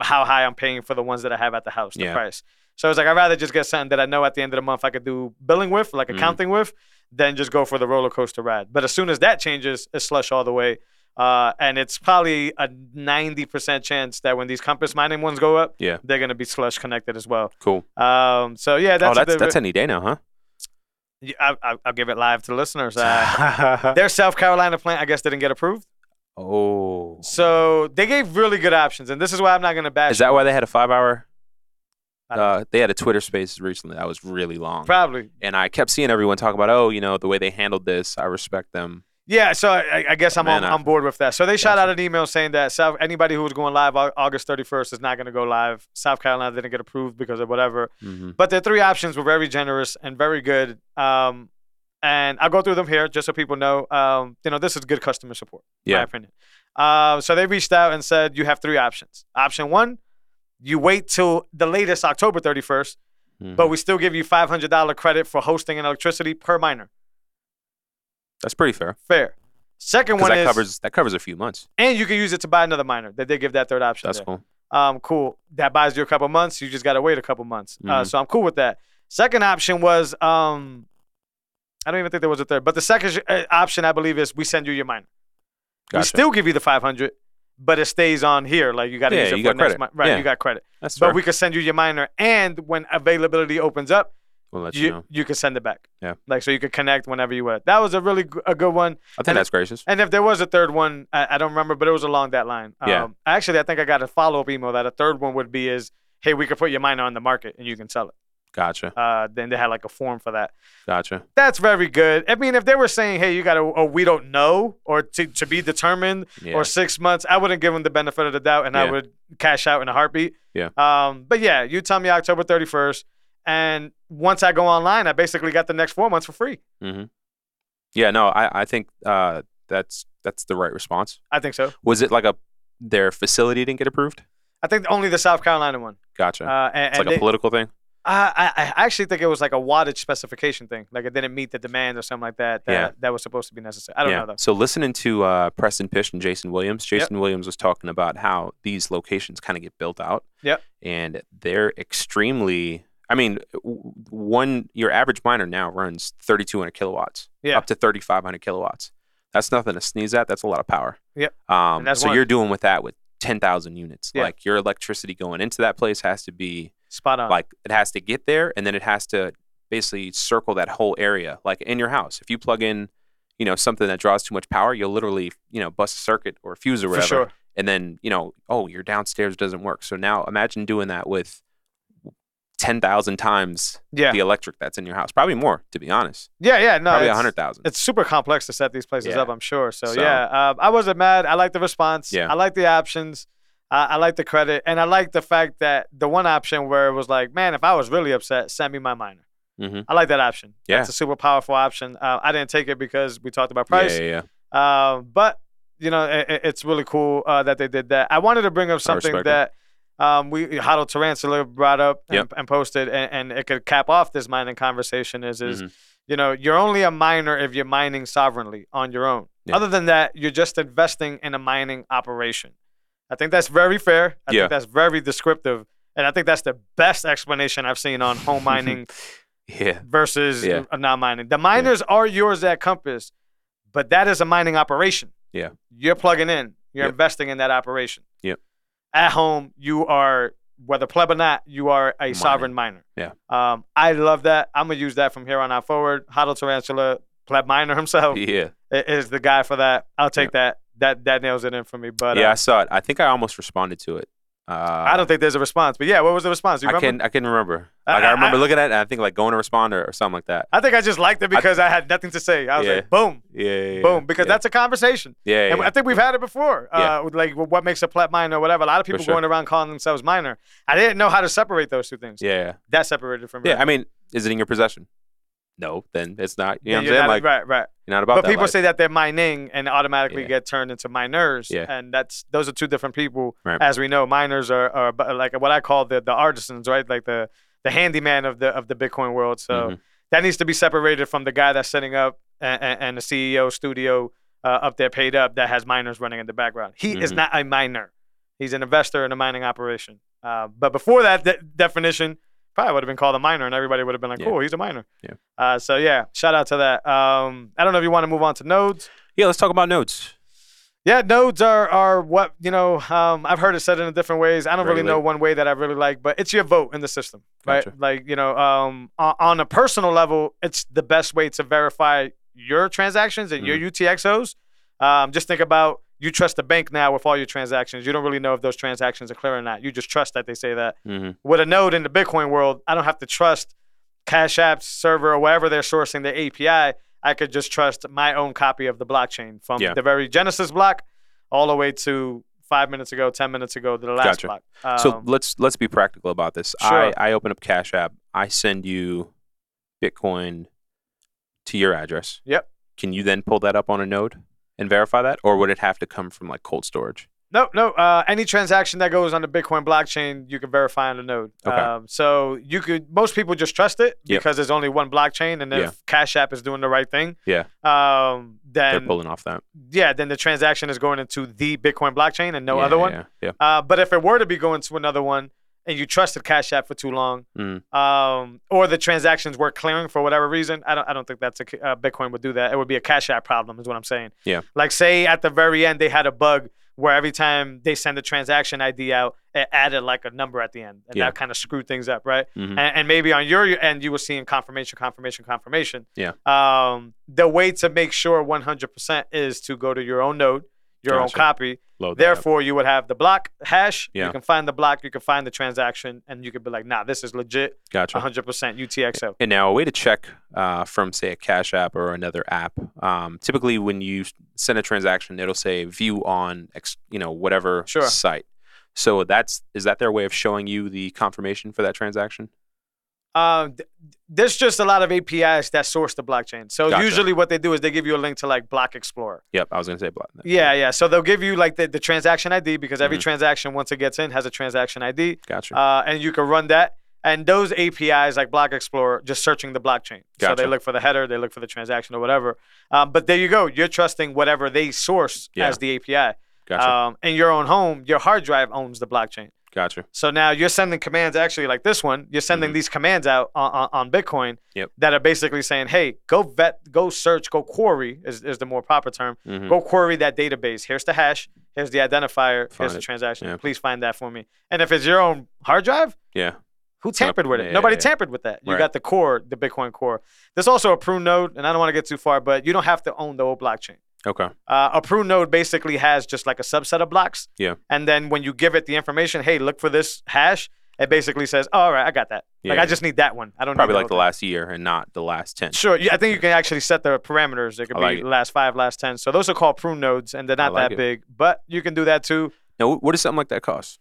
S3: how high I'm paying for the ones that I have at the house, the
S4: Yeah.
S3: price. So it's like I'd rather just get something that I know at the end of the month I could do billing with, like
S4: Mm.
S3: accounting with, than just go for the roller coaster ride. But as soon as that changes, it's slush all the way. Uh, and it's probably a 90% chance that when these compass mining ones go up,
S4: Yeah.
S3: they're going to be slush connected as well.
S4: Cool.
S3: Um, so yeah, that's,
S4: oh, that's
S3: the-
S4: that's any day now, huh?
S3: Yeah, I, I, I'll give it live to listeners. Uh, their South Carolina plant, I guess, didn't get approved.
S4: oh,
S3: So they gave really good options. And this is why I'm not going to bash.
S4: is that why they had a five-hour?
S3: I don't
S4: Uh, they had a Twitter Spaces recently that was really long,
S3: Probably.
S4: and I kept seeing everyone talk about, oh, you know, the way they handled this. I respect them.
S3: Yeah, so I, I- I guess I'm
S4: Man,
S3: on,
S4: I-
S3: on board with that. So they shot out
S4: Gotcha.
S3: an email saying that South, anybody who was going live Au- August 31st is not going to go live. South Carolina didn't get approved because of whatever.
S4: Mm-hmm.
S3: But their three options were very generous and very good. Um, and I'll go through them here just so people know. Um, you know, this is good customer support, in my
S4: Yeah.
S3: opinion. Uh, so they reached out and said you have three options. Option one, you wait till the latest October 31st,
S4: Mm-hmm.
S3: but we still give you $500 credit for hosting and electricity per miner.
S4: that's pretty fair
S3: Fair. Second
S4: because
S3: one
S4: that
S3: is
S4: covers that covers a few months.
S3: and you can use it to buy another miner. They did give that third option.
S4: That's
S3: there.
S4: cool.
S3: Um, cool. That buys you a couple months. You just gotta wait a couple months. Uh,
S4: Mhm.
S3: so I'm cool with that. Second option was um, I don't even think there was a third, but the second sh- uh, option I believe is we send you your miner. We
S4: Gotcha.
S3: still give you the 500, but it stays on here. Like you gotta
S4: Yeah,
S3: use it
S4: you
S3: for
S4: got
S3: next
S4: credit.
S3: month. Right,
S4: Yeah.
S3: you got credit.
S4: that's fair.
S3: But we could send you your miner, and when availability opens up,
S4: we'll let you,
S3: you
S4: know.
S3: you can send it back.
S4: Yeah.
S3: Like so you could connect whenever you were. That was a really g- a good one.
S4: I think
S3: and-
S4: that's gracious.
S3: And if there was a third one, I, I don't remember, but it was along that line.
S4: Yeah.
S3: Um, actually, I think I got a follow up email that a third one would be is, hey, we could put your miner on the market and you can sell it.
S4: Gotcha.
S3: Uh, then they had like a form for that.
S4: Gotcha.
S3: That's very good. I mean, if they were saying, hey, you got to, or we don't know, or to, to be determined,
S4: Yeah.
S3: or six months, I wouldn't give them the benefit of the doubt and I
S4: Yeah.
S3: would cash out in a heartbeat.
S4: Yeah.
S3: Um, but yeah, you tell me October 31st. And once I go online, I basically got the next four months for free.
S4: hmm Yeah, no, I, I think uh, that's that's the right response.
S3: I think so.
S4: Was it like a their facility didn't get approved?
S3: I think only the South Carolina one.
S4: Gotcha.
S3: Uh, and,
S4: it's
S3: and
S4: like
S3: they-
S4: a political thing.
S3: I, I I actually think it was like a wattage specification thing. Like it didn't meet the demand or something like that. That,
S4: Yeah.
S3: that was supposed to be necessary. I don't know though.
S4: So listening to uh, Preston Pish and Jason Williams, Jason Williams was talking about how these locations kind of get built out.
S3: Yep.
S4: And they're extremely. I mean, w- one your average miner now runs 3,200 kilowatts,
S3: Yeah.
S4: up to 3,500 kilowatts. That's nothing to sneeze at. That's a lot of power.
S3: Yep.
S4: Um,
S3: And that's
S4: so
S3: one.
S4: you're doing with that with 10,000 units.
S3: Yeah.
S4: Like your electricity going into that place has to be
S3: Spot on.
S4: like it has to get there and then it has to basically circle that whole area like in your house if you plug in you know something that draws too much power you'll literally you know bust a circuit or a fuse or
S3: for
S4: whatever
S3: sure.
S4: and then you know oh your downstairs doesn't work so now imagine doing that with 10,000 times
S3: Yeah.
S4: the electric that's in your house probably more to be honest
S3: Yeah. Yeah. No.
S4: probably
S3: it's-
S4: 100,000
S3: It's super complex to set these places
S4: Yeah.
S3: up. I'm sure. So,
S4: So-
S3: yeah, um, I wasn't mad. I like the response.
S4: Yeah.
S3: I like the options. I, I like the credit, and I like the fact that the one option where it was like, man, if I was really upset, send me my miner.
S4: Mhm.
S3: I like that option.
S4: Yeah.
S3: That's a super powerful option. Uh, I didn't take it because we talked about price.
S4: yeah yeah, yeah.
S3: Um, but you know, i i- it's really cool uh, that they did that. I wanted to bring up something
S4: respect
S3: that um, we Huddle Tarantula brought up and,
S4: Yep.
S3: and posted, and, and it could cap off this mining conversation. Is is
S4: Mm-hmm.
S3: you know, you're only a miner if you're mining sovereignly on your own.
S4: Yeah.
S3: Other than that, you're just investing in a mining operation. I think that's very fair. I
S4: Yeah.
S3: think that's very descriptive. And I think that's the best explanation I've seen on home mining
S4: yeah
S3: versus
S4: Yeah.
S3: uh, not mining. The miners are yours at Compass, but that is a mining operation.
S4: Yeah.
S3: You're plugging in, you're
S4: Yep.
S3: investing in that operation.
S4: Yep.
S3: At home, you are, whether pleb or not, you are a
S4: Mining.
S3: sovereign miner.
S4: Yeah.
S3: Um, I love that. I'm going to use that from here on out forward. Huddle Tarantula, pleb miner himself,
S4: yeah
S3: i- is the guy for that. I'll take that. That that nails it in for me. But
S4: yeah,
S3: uh,
S4: I saw it. I think I almost responded to it Uh,
S3: I don't think there's a response, but yeah, what was the response? You
S4: I
S3: remember?
S4: can I can remember.
S3: I-
S4: Like
S3: I-
S4: I remember
S3: I-
S4: looking at it and I think like going to responder or something like that.
S3: I think I just liked it because I, had nothing to say. I was
S4: Yeah.
S3: like, boom,
S4: Yeah. yeah, yeah,
S3: boom, because
S4: yeah.
S3: that's a conversation.
S4: yeah.
S3: And
S4: yeah.
S3: I think we've had it before,
S4: Yeah.
S3: uh, with, like with what makes a plat minor or whatever. A lot of
S4: For
S3: people
S4: sure.
S3: going around calling themselves minor. I didn't know how to separate those two things.
S4: yeah.
S3: That separated from
S4: Yeah,
S3: rap.
S4: I mean, is it in your possession? No, then it's not. You know what I'm
S3: You're
S4: saying?
S3: not-
S4: like,
S3: right, right.
S4: you're not about
S3: but
S4: that
S3: people
S4: life.
S3: say that they're mining and automatically
S4: Yeah.
S3: get turned into minors.
S4: Yeah.
S3: And that's those are two different people.
S4: Right.
S3: As we know, miners are, are bu- like what I call the the artisans, right? Like the the handyman of the of the Bitcoin world. So
S4: Mhm.
S3: that needs to be separated from the guy that's setting up and, and the CEO studio uh, up there paid up that has miners running in the background. He is
S4: Mhm.
S3: not a miner. He's an investor in a mining operation. Uh, but before that de- definition, probably would have been called a miner, and everybody would have been like,
S4: Yeah.
S3: "Oh, he's a miner."
S4: Yeah.
S3: Uh, so yeah, shout out to that. Um, I don't know if you want to move on to nodes.
S4: yeah, let's talk about nodes.
S3: Yeah, nodes are are what you know. Um, I've heard it said in different ways. I don't really know
S4: Regulate.
S3: one way that I really like, but it's your vote in the system, right?
S4: Gotcha.
S3: Like you know, um, on, on a personal level, it's the best way to verify your transactions and your UTXOs. Um, just think about you trust the bank now with all your transactions. You don't really know if those transactions are clear or not. You just trust that they say that
S4: Mm-hmm.
S3: with a node in the Bitcoin world, I don't have to trust Cash App's server or wherever they're sourcing their API. I could just trust my own copy of the blockchain from
S4: Yeah.
S3: the very Genesis block all the way to five minutes ago, 10 minutes ago to the last
S4: Gotcha.
S3: block.
S4: so
S3: Um,
S4: let's let's be practical about this.
S3: Sure.
S4: I, I open up Cash App. I send you Bitcoin to your address.
S3: Yep.
S4: Can you then pull that up on a node and verify that, or would it have to come from like cold storage?
S3: no, no. Uh, any transaction that goes on the Bitcoin blockchain, you can verify on the node.
S4: Okay.
S3: Um, so you could, most people just trust it
S4: Yep.
S3: because there's only one blockchain. And if
S4: Yeah.
S3: Cash App is doing the right thing,
S4: Yeah.
S3: um,
S4: They're
S3: then
S4: pulling off that.
S3: yeah, then the transaction is going into the Bitcoin blockchain and no
S4: Yeah,
S3: other one.
S4: Yeah. yeah.
S3: Uh, but if it were to be going to another one and you trusted Cash App for too long,
S4: Mm.
S3: um, or the transactions were clearing for whatever reason, I don't, I don't think that's a ca- uh, Bitcoin would do that. It would be a Cash App problem, is what I'm saying.
S4: Yeah.
S3: Like say at the very end they had a bug where every time they send the transaction ID out, it added like a number at the end, and
S4: Yeah.
S3: that kind of screwed things up, right?
S4: Mhm.
S3: and, and maybe on your end you were seeing confirmation, confirmation, confirmation.
S4: Yeah.
S3: Um, the way to make sure 100% is to go to your own node, your own
S4: Gotcha.
S3: copy.
S4: Load that up.
S3: Therefore, you would have the block hash.
S4: Oh, Yeah.
S3: You can find the block. You can find the transaction, and you could be like, "Nah, this is legit,
S4: Gotcha.
S3: 100% UTXO."
S4: And now, a way to check uh, from, say, a Cash App or another app. Um, typically, when you s- send a transaction, it'll say "view on," ex- you know, whatever
S3: Sure.
S4: site. So that's is that their way of showing you the confirmation for that transaction?
S3: Um, th- there's just a lot of APIs that source the blockchain. So
S4: Gotcha.
S3: usually, what they do is they give you a link to like Block Explorer.
S4: Yep, I was gonna say block. that.
S3: Yeah, yeah. So they'll give you like the, the transaction ID because every
S4: Mhm.
S3: transaction once it gets in has a transaction ID,
S4: gotcha.
S3: uh, and you can run that. And those APIs like Block Explorer, just searching the blockchain. So they
S4: Gotcha.
S3: look for the header, they look for the transaction or whatever. Um, but there you go. You're trusting whatever they source
S4: Yeah.
S3: as the API.
S4: gotcha.
S3: um, in your own home, your hard drive owns the blockchain.
S4: gotcha.
S3: So now you're sending commands, actually, like this one. You're sending
S4: Mhm.
S3: these commands out on, on, on Bitcoin
S4: Yep.
S3: that are basically saying, "Hey, go vet, go search, go query is, is the more proper term.
S4: Mhm.
S3: Go query that database. Here's the hash. Here's the identifier.
S4: Find
S3: here's the
S4: it.
S3: transaction.
S4: Yeah.
S3: Please find that for me. And if it's your own hard drive,
S4: Yeah.
S3: who
S4: not a-
S3: tampered with it?
S4: yeah,
S3: Nobody
S4: yeah, yeah.
S3: tampered with that. You
S4: Right.
S3: got the core, the Bitcoin core. There's also a prune node, and I don't want to get too far, but you don't have to own the whole blockchain.
S4: Okay.
S3: Uh, a prune node basically has just like a subset of blocks.
S4: Yeah.
S3: And then when you give it the information, hey, look for this hash, it basically says, "Oh, all right, I got that. Like,
S4: Yeah.
S3: I just need that one. I don't
S4: Probably
S3: need
S4: like the
S3: whole
S4: last year and not the last ten.
S3: thing. Sure. Yeah, I think you can actually set the parameters. It could
S4: I
S3: be
S4: like it.
S3: last five, last 10. So those are called prune nodes, and they're
S4: I
S3: not
S4: like
S3: that
S4: it.
S3: big, but you can do that too.
S4: Now, wh- what does something like that cost?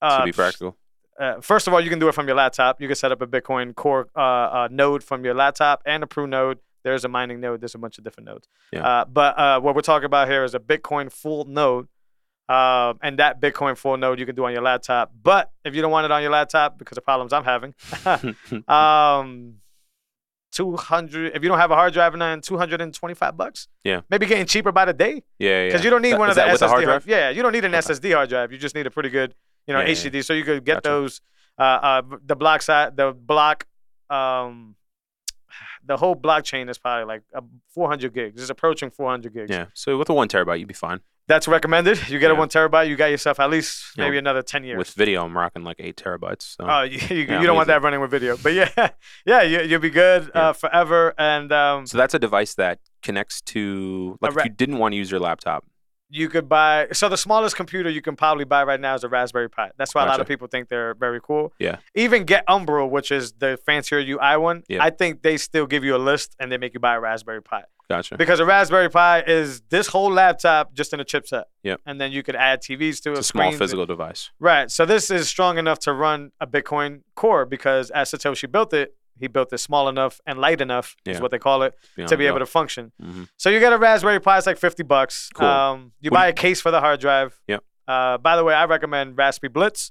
S3: Uh,
S4: to be practical.
S3: uh, first of all, you can do it from your laptop. You can set up a Bitcoin Core uh, uh, node from your laptop and a Prune node. There's a mining node. There's a bunch of different nodes.
S4: Yeah.
S3: Uh, but uh, what we're talking about here is a Bitcoin full node. Um, and that Bitcoin full node you can do on your laptop. But if you don't want it on your laptop because of problems I'm having, um, 200, if you don't have a hard drive and then 225 bucks.
S4: Yeah.
S3: Maybe getting cheaper by the day
S4: Yeah. Yeah.
S3: because you don't need
S4: That-
S3: one
S4: is
S3: of the
S4: that
S3: SSD
S4: with a hard
S3: hard-
S4: drive?
S3: yeah, you don't need an
S4: Okay.
S3: SSD hard drive. You just need a pretty good, you know,
S4: Yeah, yeah,
S3: HDD. So you could get
S4: Gotcha.
S3: those. Uh, uh, the block side, the block, um, the whole blockchain is probably like uh, 400 gigs. It's approaching 400 gigs.
S4: Yeah. So with a one terabyte, you'd be fine.
S3: That's recommended. You get a
S4: Yeah.
S3: one terabyte. You got yourself at least
S4: Yeah.
S3: maybe another 10 years.
S4: With video, I'm rocking like eight terabytes. So.
S3: Oh, you, you, you
S4: Yeah,
S3: don't want
S4: easy.
S3: that running with video, but yeah, yeah, you, you'll be good
S4: Yeah.
S3: uh, forever. And um,
S4: So that's a device that connects to like
S3: ra-
S4: if you didn't want to use your laptop,
S3: you could buy so the smallest computer you can probably buy right now is a Raspberry Pi. That's why a lot
S4: Gotcha.
S3: of people think they're very cool.
S4: Yeah.
S3: Even get Umbro, which is the fancier UI one.
S4: Yeah.
S3: I think they still give you a list and they make you buy a Raspberry Pi
S4: Gotcha.
S3: because a Raspberry Pi is this whole laptop just in a chipset.
S4: Yep.
S3: And then you could add TVs to it.
S4: It's a small
S3: screens,
S4: physical device.
S3: Right. So this is strong enough to run a Bitcoin core because as Satoshi built it, he built it small enough and light enough is
S4: Yeah.
S3: what they call it to be able to function.
S4: hmm
S3: So you get a Raspberry Pi, it's like fifty bucks.
S4: Cool.
S3: Um, you
S4: What do
S3: buy
S4: you-
S3: a case for the hard drive.
S4: Yep.
S3: Uh, by the way, I recommend Raspberry Blitz.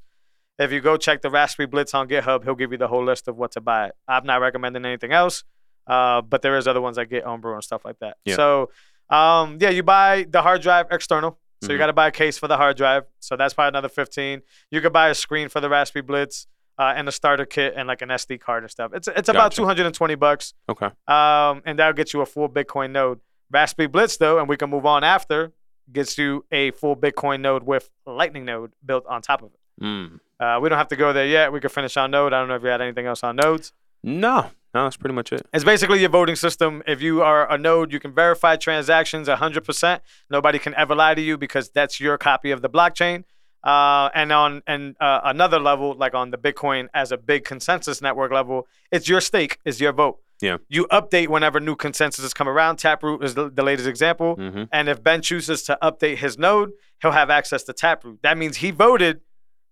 S3: If you go check the Raspberry Blitz on GitHub, he'll give you the whole list of what to buy. I'm not recommending anything else, uh, but there is other ones that get Umbro and stuff like that.
S4: Yeah.
S3: So, um, yeah, you buy the hard drive external. So you
S4: Mhm.
S3: got to buy a case for the hard drive. So that's probably another fifteen. You could buy a screen for the Raspberry Blitz uh, and a starter kit and like an SD card and stuff. It's it's about
S4: Gotcha.
S3: two hundred and twenty bucks
S4: Okay.
S3: um, and that'll get you a full Bitcoin node. Raspberry Blitz, though, and we can move on after, gets you a full Bitcoin node with Lightning node built on top of it.
S4: Mm.
S3: Uh, we don't have to go there yet. We can finish on node. I don't know if you had anything else on nodes.
S4: No, no, that's pretty much it.
S3: It's basically your voting system. If you are a node, you can verify transactions 100%. Nobody can ever lie to you because that's your copy of the blockchain. Uh, and on and uh, another level, like on the Bitcoin as a big consensus network level, it's your stake, is your vote.
S4: Yeah.
S3: You update whenever new consensus come around. Taproot is the, the latest example.
S4: hmm
S3: And if Ben chooses to update his node, he'll have access to Taproot. That means he voted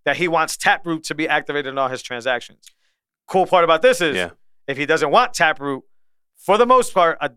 S3: that he wants Taproot to be activated in all his transactions. Cool part about this is
S4: Yeah.
S3: if he doesn't want Taproot, for the most part, uh,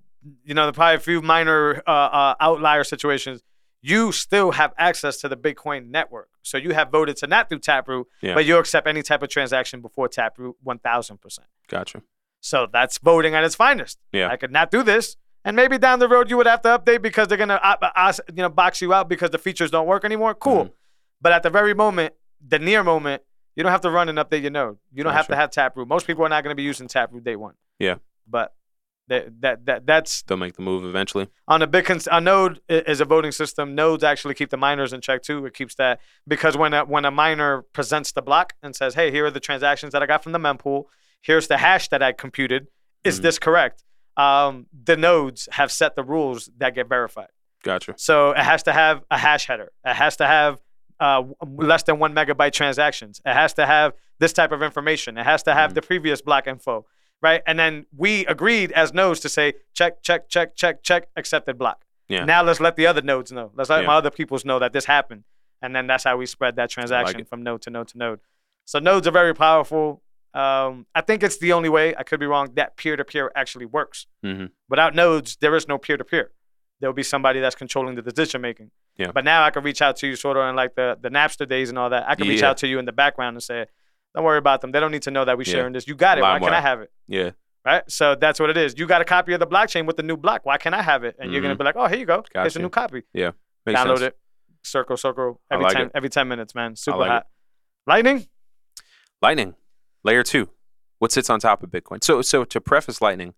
S3: you know, there are probably a few minor uh, uh, outlier situations, you still have access to the Bitcoin network. So you have voted to not do Taproot,
S4: Yeah.
S3: but you'll accept any type of transaction before Taproot 1000%.
S4: Gotcha.
S3: So that's voting at its finest.
S4: Yeah.
S3: I could not do this. And maybe down the road you would have to update because they're gonna uh, uh, you know box you out because the features don't work anymore. Cool.
S4: Mm-hmm.
S3: But at the very moment, the near moment, you don't have to run and update your node. You don't have to
S4: Gotcha.
S3: have Taproot. Most people are not gonna be using Taproot day one.
S4: Yeah.
S3: But that that, that that's
S4: They'll make the move eventually.
S3: on a big cons- a node i- is a voting system. Nodes actually keep the miners in check too. It keeps that because when a, when a miner presents the block and says, "Hey, here are the transactions that I got from the mempool. Here's the hash that I computed. Is
S4: Mhm.
S3: this correct?" Um, the nodes have set the rules that get verified.
S4: Gotcha.
S3: So it has to have a hash header. It has to have uh, w- less than one megabyte transactions. It has to have this type of information. It has to have
S4: Mhm.
S3: the previous block info, right? And then we agreed as nodes to say check, check, check, check, check, accepted block.
S4: Yeah.
S3: Now let's let the other nodes know. Let's let
S4: Yeah.
S3: my other peoples know that this happened. And then that's how we spread that transaction
S4: it.
S3: from node to node to node. So nodes are very powerful. Um, I think it's the only way, I could be wrong, that peer to peer actually works.
S4: hmm
S3: Without nodes, there is no peer to peer. There'll be somebody that's controlling the decision making.
S4: Yeah.
S3: But now I can reach out to you sort of in like the, the Napster days and all that. I can reach
S4: Yeah.
S3: out to you in the background and say, Don't worry about them. They don't need to know that we
S4: Yeah.
S3: sharing this. You got it. Why can I
S4: LimeWire.
S3: have it?
S4: Yeah.
S3: Right? So that's what it is. You got a copy of the blockchain with the new block. Why can't I have it? And you're gonna
S4: Mhm.
S3: be like, Oh, here you go. Here's a
S4: Gotcha.
S3: new copy.
S4: Makes
S3: Download
S4: sense.
S3: it. Circle, circle.
S4: I
S3: Every
S4: like
S3: ten
S4: it.
S3: every ten minutes, man. Super
S4: like it.
S3: hot. Lightning?
S4: Lightning, layer two, what sits on top of Bitcoin. So, so to preface Lightning,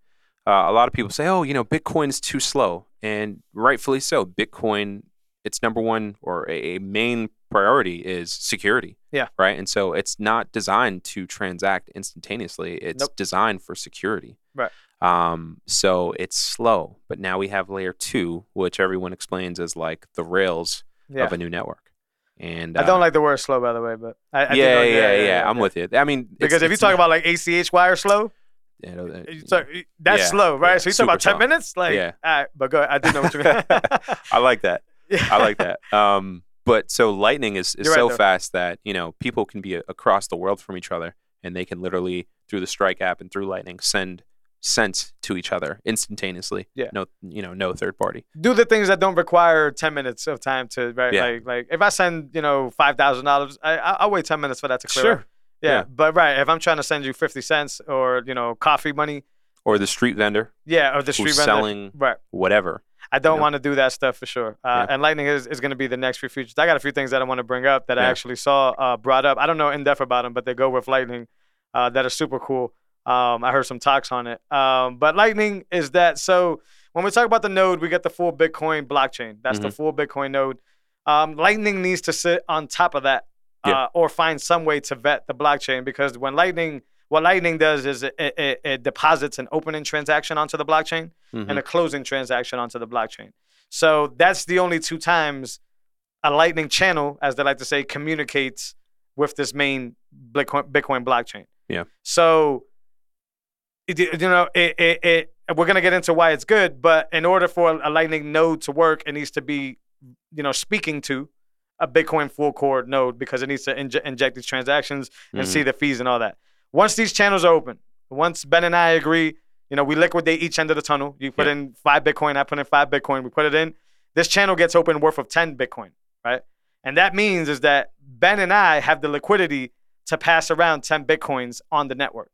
S4: uh, a lot of people say, "Oh, you know, Bitcoin is too slow," and rightfully so. Bitcoin, its number one or a, a main priority is security.
S3: Yeah.
S4: Right. And so it's not designed to transact instantaneously. It's
S3: Nope.
S4: designed for security.
S3: Right.
S4: Um, so it's slow, but now we have layer two, which everyone explains as like the rails
S3: Yeah.
S4: of a new network. And
S3: I
S4: uh,
S3: don't like the word slow by the way, but I, I did
S4: yeah,
S3: know-
S4: yeah, yeah, I'm with you. I mean, it's-
S3: because if you
S4: it's
S3: talk
S4: not-
S3: about like ACH wire slow,
S4: Yeah, no, that-
S3: You talk- that's
S4: Yeah,
S3: slow, right?
S4: yeah,
S3: so you talk about
S4: super
S3: ten
S4: slow.
S3: minutes, like,
S4: Yeah.
S3: all right, but go. Ahead. I do know what you mean.
S4: I like that.
S3: Yeah.
S4: I like that. Um, but so lightning is, is
S3: You're right,
S4: so
S3: though.
S4: fast that you know people can be a- across the world from each other, and they can literally through the Strike app and through Lightning send sense to each other instantaneously.
S3: Yeah.
S4: No, you know, no third party.
S3: do the things that don't require ten minutes of time to right.
S4: Yeah.
S3: Like, like if I send you know five thousand dollars, I I- I'll wait ten minutes for that to clear. up. Yeah,
S4: yeah.
S3: but right, if I'm trying to send you fifty cents or you know coffee money,
S4: Or the street vendor
S3: yeah, or the
S4: who's
S3: street vendor,
S4: selling
S3: right?
S4: whatever.
S3: I don't
S4: Yeah.
S3: want to do that stuff for sure. Uh,
S4: Yeah.
S3: And lightning is, is going to be the next few features. I got a few things that I want to bring up that I
S4: Yeah.
S3: actually saw uh, brought up. I don't know in depth about them, but they go with lightning uh, that are super cool. Um, I heard some talks on it. Um, but lightning is that. So when we talk about the node, we get the full Bitcoin blockchain. That's
S4: Mm-hmm.
S3: the full Bitcoin node. Um, lightning needs to sit on top of that
S4: Yeah.
S3: uh, or find some way to vet the blockchain because when lightning, what lightning does is it, it- it, it deposits an opening transaction onto the blockchain
S4: Mhm.
S3: and a closing transaction onto the blockchain. So that's the only two times a Lightning channel, as they like to say, communicates with this main Bitcoin, Bitcoin blockchain.
S4: Yeah.
S3: So, it- you know, it, it, it, we're going to get into why it's good, but in order for a Lightning node to work, it needs to be, you know, speaking to a Bitcoin full core node because it needs to inje- inject these transactions and see the fees and all that. Once these channels are open, once Ben and I agree, you know, we liquidate each end of the tunnel. You put
S4: Yeah.
S3: in five Bitcoin, I put in five Bitcoin, we put it in. This channel gets open worth of 10 Bitcoin, right? And that means is that Ben and I have the liquidity to pass around 10 Bitcoins on the network.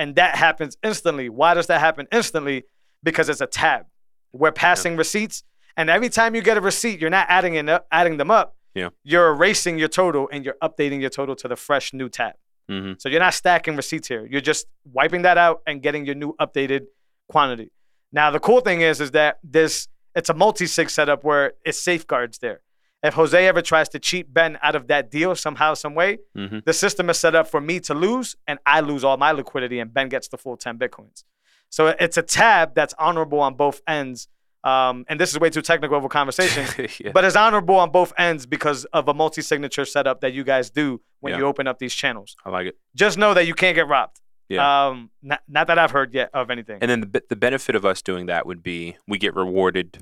S3: And that happens instantly. Why does that happen instantly? Because it's a tab. We're passing receipts. And every time you get a receipt, you're not adding, in, adding them up.
S4: Yeah.
S3: You're erasing your total and you're updating your total to the fresh new tab.
S4: hmm
S3: So you're not stacking receipts here. You're just wiping that out and getting your new updated quantity. Now the cool thing is is that this it's a multi-sig setup where it safeguards there. If Jose ever tries to cheat Ben out of that deal somehow, some way,
S4: hmm
S3: the system is set up for me to lose and I lose all my liquidity and Ben gets the full 10 Bitcoins. So it's a tab that's honorable on both ends. Um, and this is way too technical of a conversation.
S4: yeah.
S3: But it's honorable on both ends because of a multi-signature setup that you guys do when
S4: Yeah.
S3: you open up these channels
S4: I like it.
S3: just know that you can't get robbed.
S4: Yeah.
S3: Um, not, not that I've heard yet of anything.
S4: And then the be- the benefit of us doing that would be we get rewarded.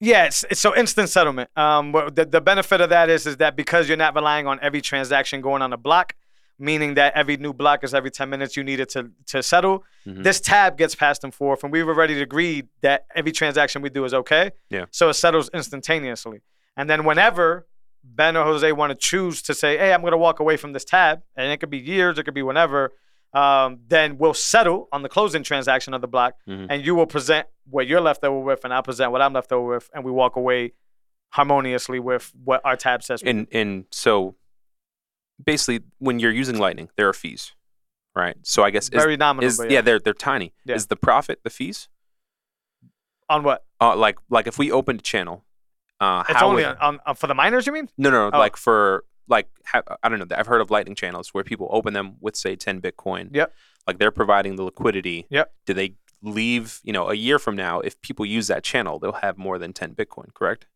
S3: yeah, it's, it's so instant settlement. Um, what- the, the benefit of that is is that because you're not relying on every transaction going on a block, meaning that every new block is every 10 minutes you need it to, to settle.
S4: Mhm.
S3: This tab gets passed and forth, and we've already agreed that every transaction we do is okay.
S4: Yeah.
S3: So it settles instantaneously. And then whenever Ben or Jose want to choose to say, hey, I'm going to walk away from this tab, and it could be years, it could be whenever, um, then we'll settle on the closing transaction of the block,
S4: Mhm.
S3: and you will present what you're left over with, and I'll present what I'm left over with, and we walk away harmoniously with what our tab says.
S4: And and so basically when you're using Lightning, there are fees. Right. So I guess is,
S3: Very nominal.
S4: is
S3: but
S4: yeah, they're they're tiny.
S3: Yeah.
S4: Is the profit the fees?
S3: On what?
S4: Uh, like like if we opened a channel, uh,
S3: It's
S4: how
S3: only on,
S4: would-
S3: on, on- for the miners, you mean?
S4: No, no, no,
S3: Oh.
S4: like for like ha- I don't know. I've heard of lightning channels where people open them with say 10 Bitcoin.
S3: Yep.
S4: Like they're providing the liquidity.
S3: Yep.
S4: Do they leave, you know, a year from now if people use that channel, they'll have more than 10 Bitcoin, correct?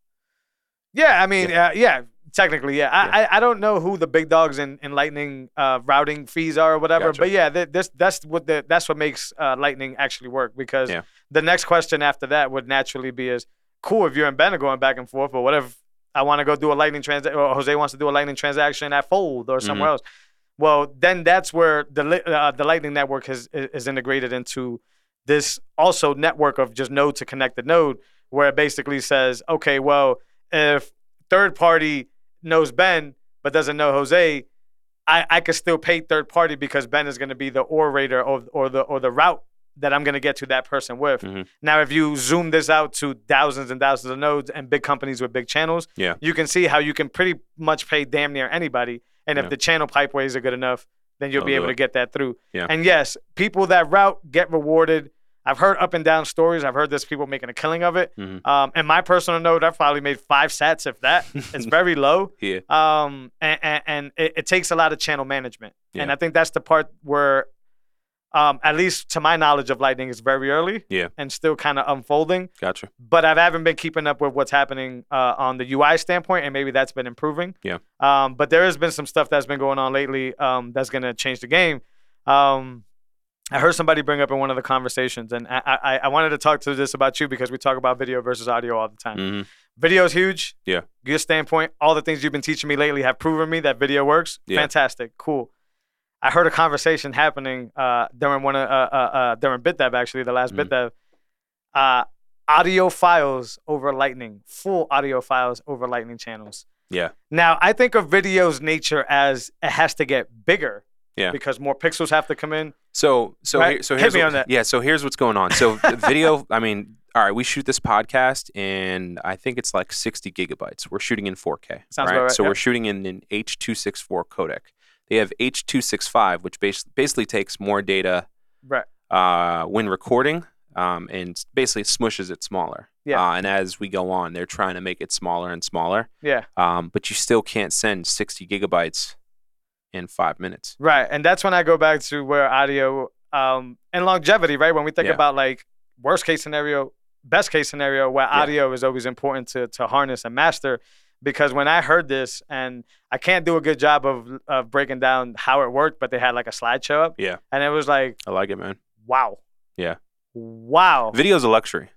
S3: Yeah, I mean, yeah, uh, yeah technically, yeah. I, I, I don't know who the big dogs in, in Lightning uh, routing fees are or whatever,
S4: Gotcha.
S3: but yeah, th- this that's what the, that's what makes uh, Lightning actually work because
S4: Yeah.
S3: the next question after that would naturally be is cool if you and Ben are going back and forth, but what if I want to go do a Lightning transaction or Jose wants to do a Lightning transaction at Fold or somewhere else? Well, then that's where the li- uh, the Lightning network is is integrated into this also network of just node to connected node, where it basically says, okay, well, if third party knows Ben but doesn't know Jose, I, I could still pay third party because Ben is going to be the orator or, or the or the route that I'm going to get to that person with.
S4: Mhm.
S3: Now, if you zoom this out to thousands and thousands of nodes and big companies with big channels,
S4: Yeah.
S3: you can see how you can pretty much pay damn near anybody. And
S4: Yeah.
S3: if the channel pipeways are good enough, then you'll
S4: They'll
S3: be
S4: do
S3: able to
S4: it.
S3: get that through.
S4: Yeah.
S3: And yes, people that route get rewarded. I've heard up and down stories. I've heard there's people making a killing of it.
S4: Mhm.
S3: Um, and my personal note, I've probably made five sats if that. It's very low
S4: Yeah.
S3: um, and, and, and it, it takes a lot of channel management. And
S4: Yeah.
S3: I think that's the part where, um, at least to my knowledge of Lightning, is very early
S4: Yeah.
S3: and still kind of unfolding.
S4: Gotcha.
S3: But I haven't been keeping up with what's happening uh, on the UI standpoint, and maybe that's been improving.
S4: Yeah.
S3: Um, but there has been some stuff that's been going on lately um, that's going to change the game. Um, I heard somebody bring up in one of the conversations, and I, I, I wanted to talk to this about you because we talk about video versus audio all the time.
S4: hmm
S3: Video's huge.
S4: Yeah.
S3: Your standpoint, all the things you've been teaching me lately have proven me that video works.
S4: Yeah.
S3: Fantastic. Cool. I heard a conversation happening uh, during one of, uh, uh, uh, during BitDev actually, the last
S4: Mhm.
S3: BitDev. Uh, audio files over Lightning, full audio files over Lightning channels.
S4: Yeah.
S3: Now I think of video's nature as it has to get bigger.
S4: Yeah.
S3: Because more pixels have to come in.
S4: So so
S3: Right.
S4: here, so
S3: Hit
S4: here's
S3: me
S4: what-
S3: on that.
S4: Yeah, so here's what's going on. So the video, I mean, all right, we shoot this podcast and I think it's like 60 gigabytes. We're shooting in 4K.
S3: Sounds about right,
S4: So
S3: yep.
S4: we're shooting in an H264 codec. They have H265, which bas- basically takes more data
S3: Right.
S4: uh, when recording um, and s- basically smushes it smaller.
S3: Yeah.
S4: Uh, and as we go on, they're trying to make it smaller and smaller.
S3: Yeah.
S4: Um, but you still can't send 60 gigabytes in five minutes.
S3: Right. And that's when I go back to where audio um, and longevity, right? When we think
S4: Yeah.
S3: about like worst case scenario, best case scenario where
S4: Yeah.
S3: audio is always important to to harness and master. Because when I heard this, and I can't do a good job of of breaking down how it worked, but they had like a slideshow up,
S4: Yeah.
S3: and it was like,
S4: I like it, man.
S3: wow,
S4: Yeah.
S3: wow,
S4: Video's a luxury.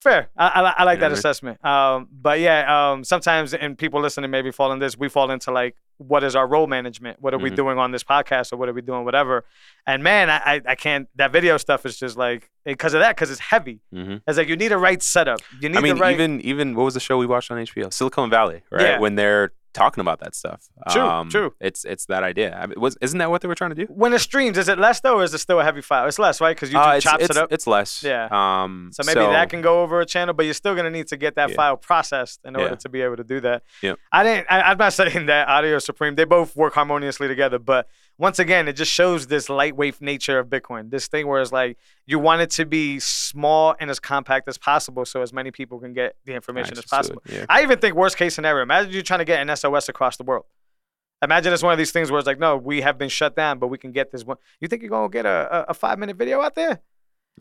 S3: Fair. I, I, I like
S4: You know what I
S3: that
S4: mean?
S3: assessment. Um, but yeah, um, sometimes and people listening maybe fall in this. We fall into like, what is our role management? What are we
S4: Mhm.
S3: doing on this podcast, or what are we doing, whatever? And man, I I, I can't. That video stuff is just like because of that, because it's heavy.
S4: Mm-hmm.
S3: It's like you need a right setup. You need
S4: I mean,
S3: the right.
S4: even even what was the show we watched on HBO? Silicon Valley, right?
S3: Yeah.
S4: When they're talking about that stuff. Um,
S3: True, true.
S4: It's it's that idea. I mean, was isn't that what they were trying to do?
S3: when it streams, is it less though, or is it still a heavy file? It's less, right? Because YouTube
S4: Uh, it's,
S3: chops
S4: it's-
S3: it up.
S4: It's less.
S3: Yeah.
S4: Um.
S3: So maybe that can go over a channel, but you're still gonna need to get that
S4: Yeah.
S3: file processed in order
S4: Yeah.
S3: to be able to do that.
S4: Yep.
S3: I didn't. I, I'm not saying that Audio is Supreme. They both work harmoniously together, but once again, it just shows this lightweight nature of Bitcoin. This thing where it's like you want it to be small and as compact as possible, so as many people can get the information as
S4: Access to it,
S3: possible.
S4: yeah.
S3: I even think worst case scenario. Imagine you're trying to get an SOS across the world. Imagine it's one of these things where it's like, no, we have been shut down, but we can get this one. You think you're gonna get a, a, a five minute video out there?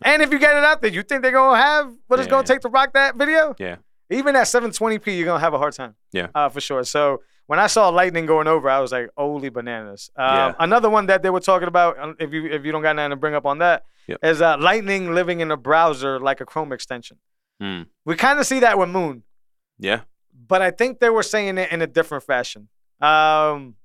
S3: And if you get it out there, you think they're gonna have what it's
S4: Yeah.
S3: gonna take to rock that video?
S4: Yeah.
S3: Even at 720p, you're gonna have a hard time.
S4: Yeah.
S3: Uh, for sure. So when I saw lightning going over, I was like, holy bananas. Um,
S4: Yeah.
S3: Another one that they were talking about, um, if you if you don't got nothing to bring up on that, is
S4: Yep.
S3: uh, lightning living in a browser like a Chrome extension.
S4: Mm.
S3: We kind of see that with Moon
S4: Yeah.
S3: but I think they were saying it in a different fashion, um,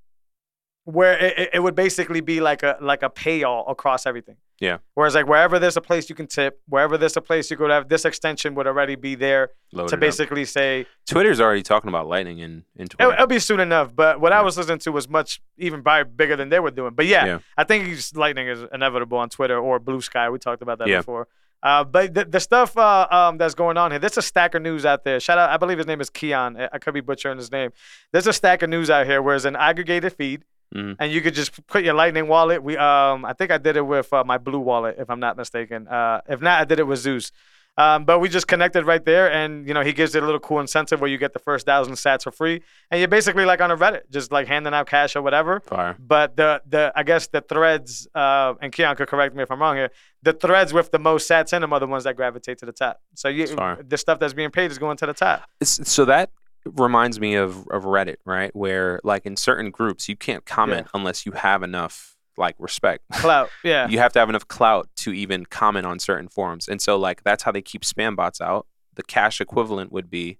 S3: where it, it- it would basically be like a like a paywall across everything.
S4: Yeah.
S3: Whereas like wherever there's a place you can tip, wherever there's a place you could have this extension would already be there
S4: Loaded
S3: to
S4: up.
S3: basically say
S4: Twitter's already talking about lightning in in
S3: it'll,
S4: Twitter.
S3: it'll be soon enough. But what I
S4: Yeah.
S3: was listening to was much even by bigger than they were doing. But yeah,
S4: Yeah.
S3: I think he's- lightning is inevitable on Twitter or Blue Sky. We talked about that
S4: Yeah.
S3: before. Uh, but the, the stuff uh, um, that's going on here, there's a stack of news out there. Shout out, I believe his name is Keon. I I could be butchering his name. There's a stack of news out here where it's an aggregated feed,
S4: Mhm.
S3: and you could just put your Lightning wallet. We, um, I think I did it with uh, my Blue wallet, if I'm not mistaken. Uh, if not, I did it with Zeus. Um, but we just connected right there, and you know he gives it a little cool incentive where you get the first thousand sats for free, and you're basically like on a Reddit, just like handing out cash or whatever.
S4: Fire.
S3: But the the I guess the threads uh, and Keon could correct me if I'm wrong here. The threads with the most sats in them are the ones that gravitate to the top. So you,
S4: Sorry.
S3: the stuff that's being paid is going to the top.
S4: It's, so that reminds me of of Reddit, right? Where like in certain groups, you can't comment unless you have enough like respect.
S3: Clout, yeah,
S4: you have to have enough clout to even comment on certain forums. And so like that's how they keep spam bots out. The cash equivalent would be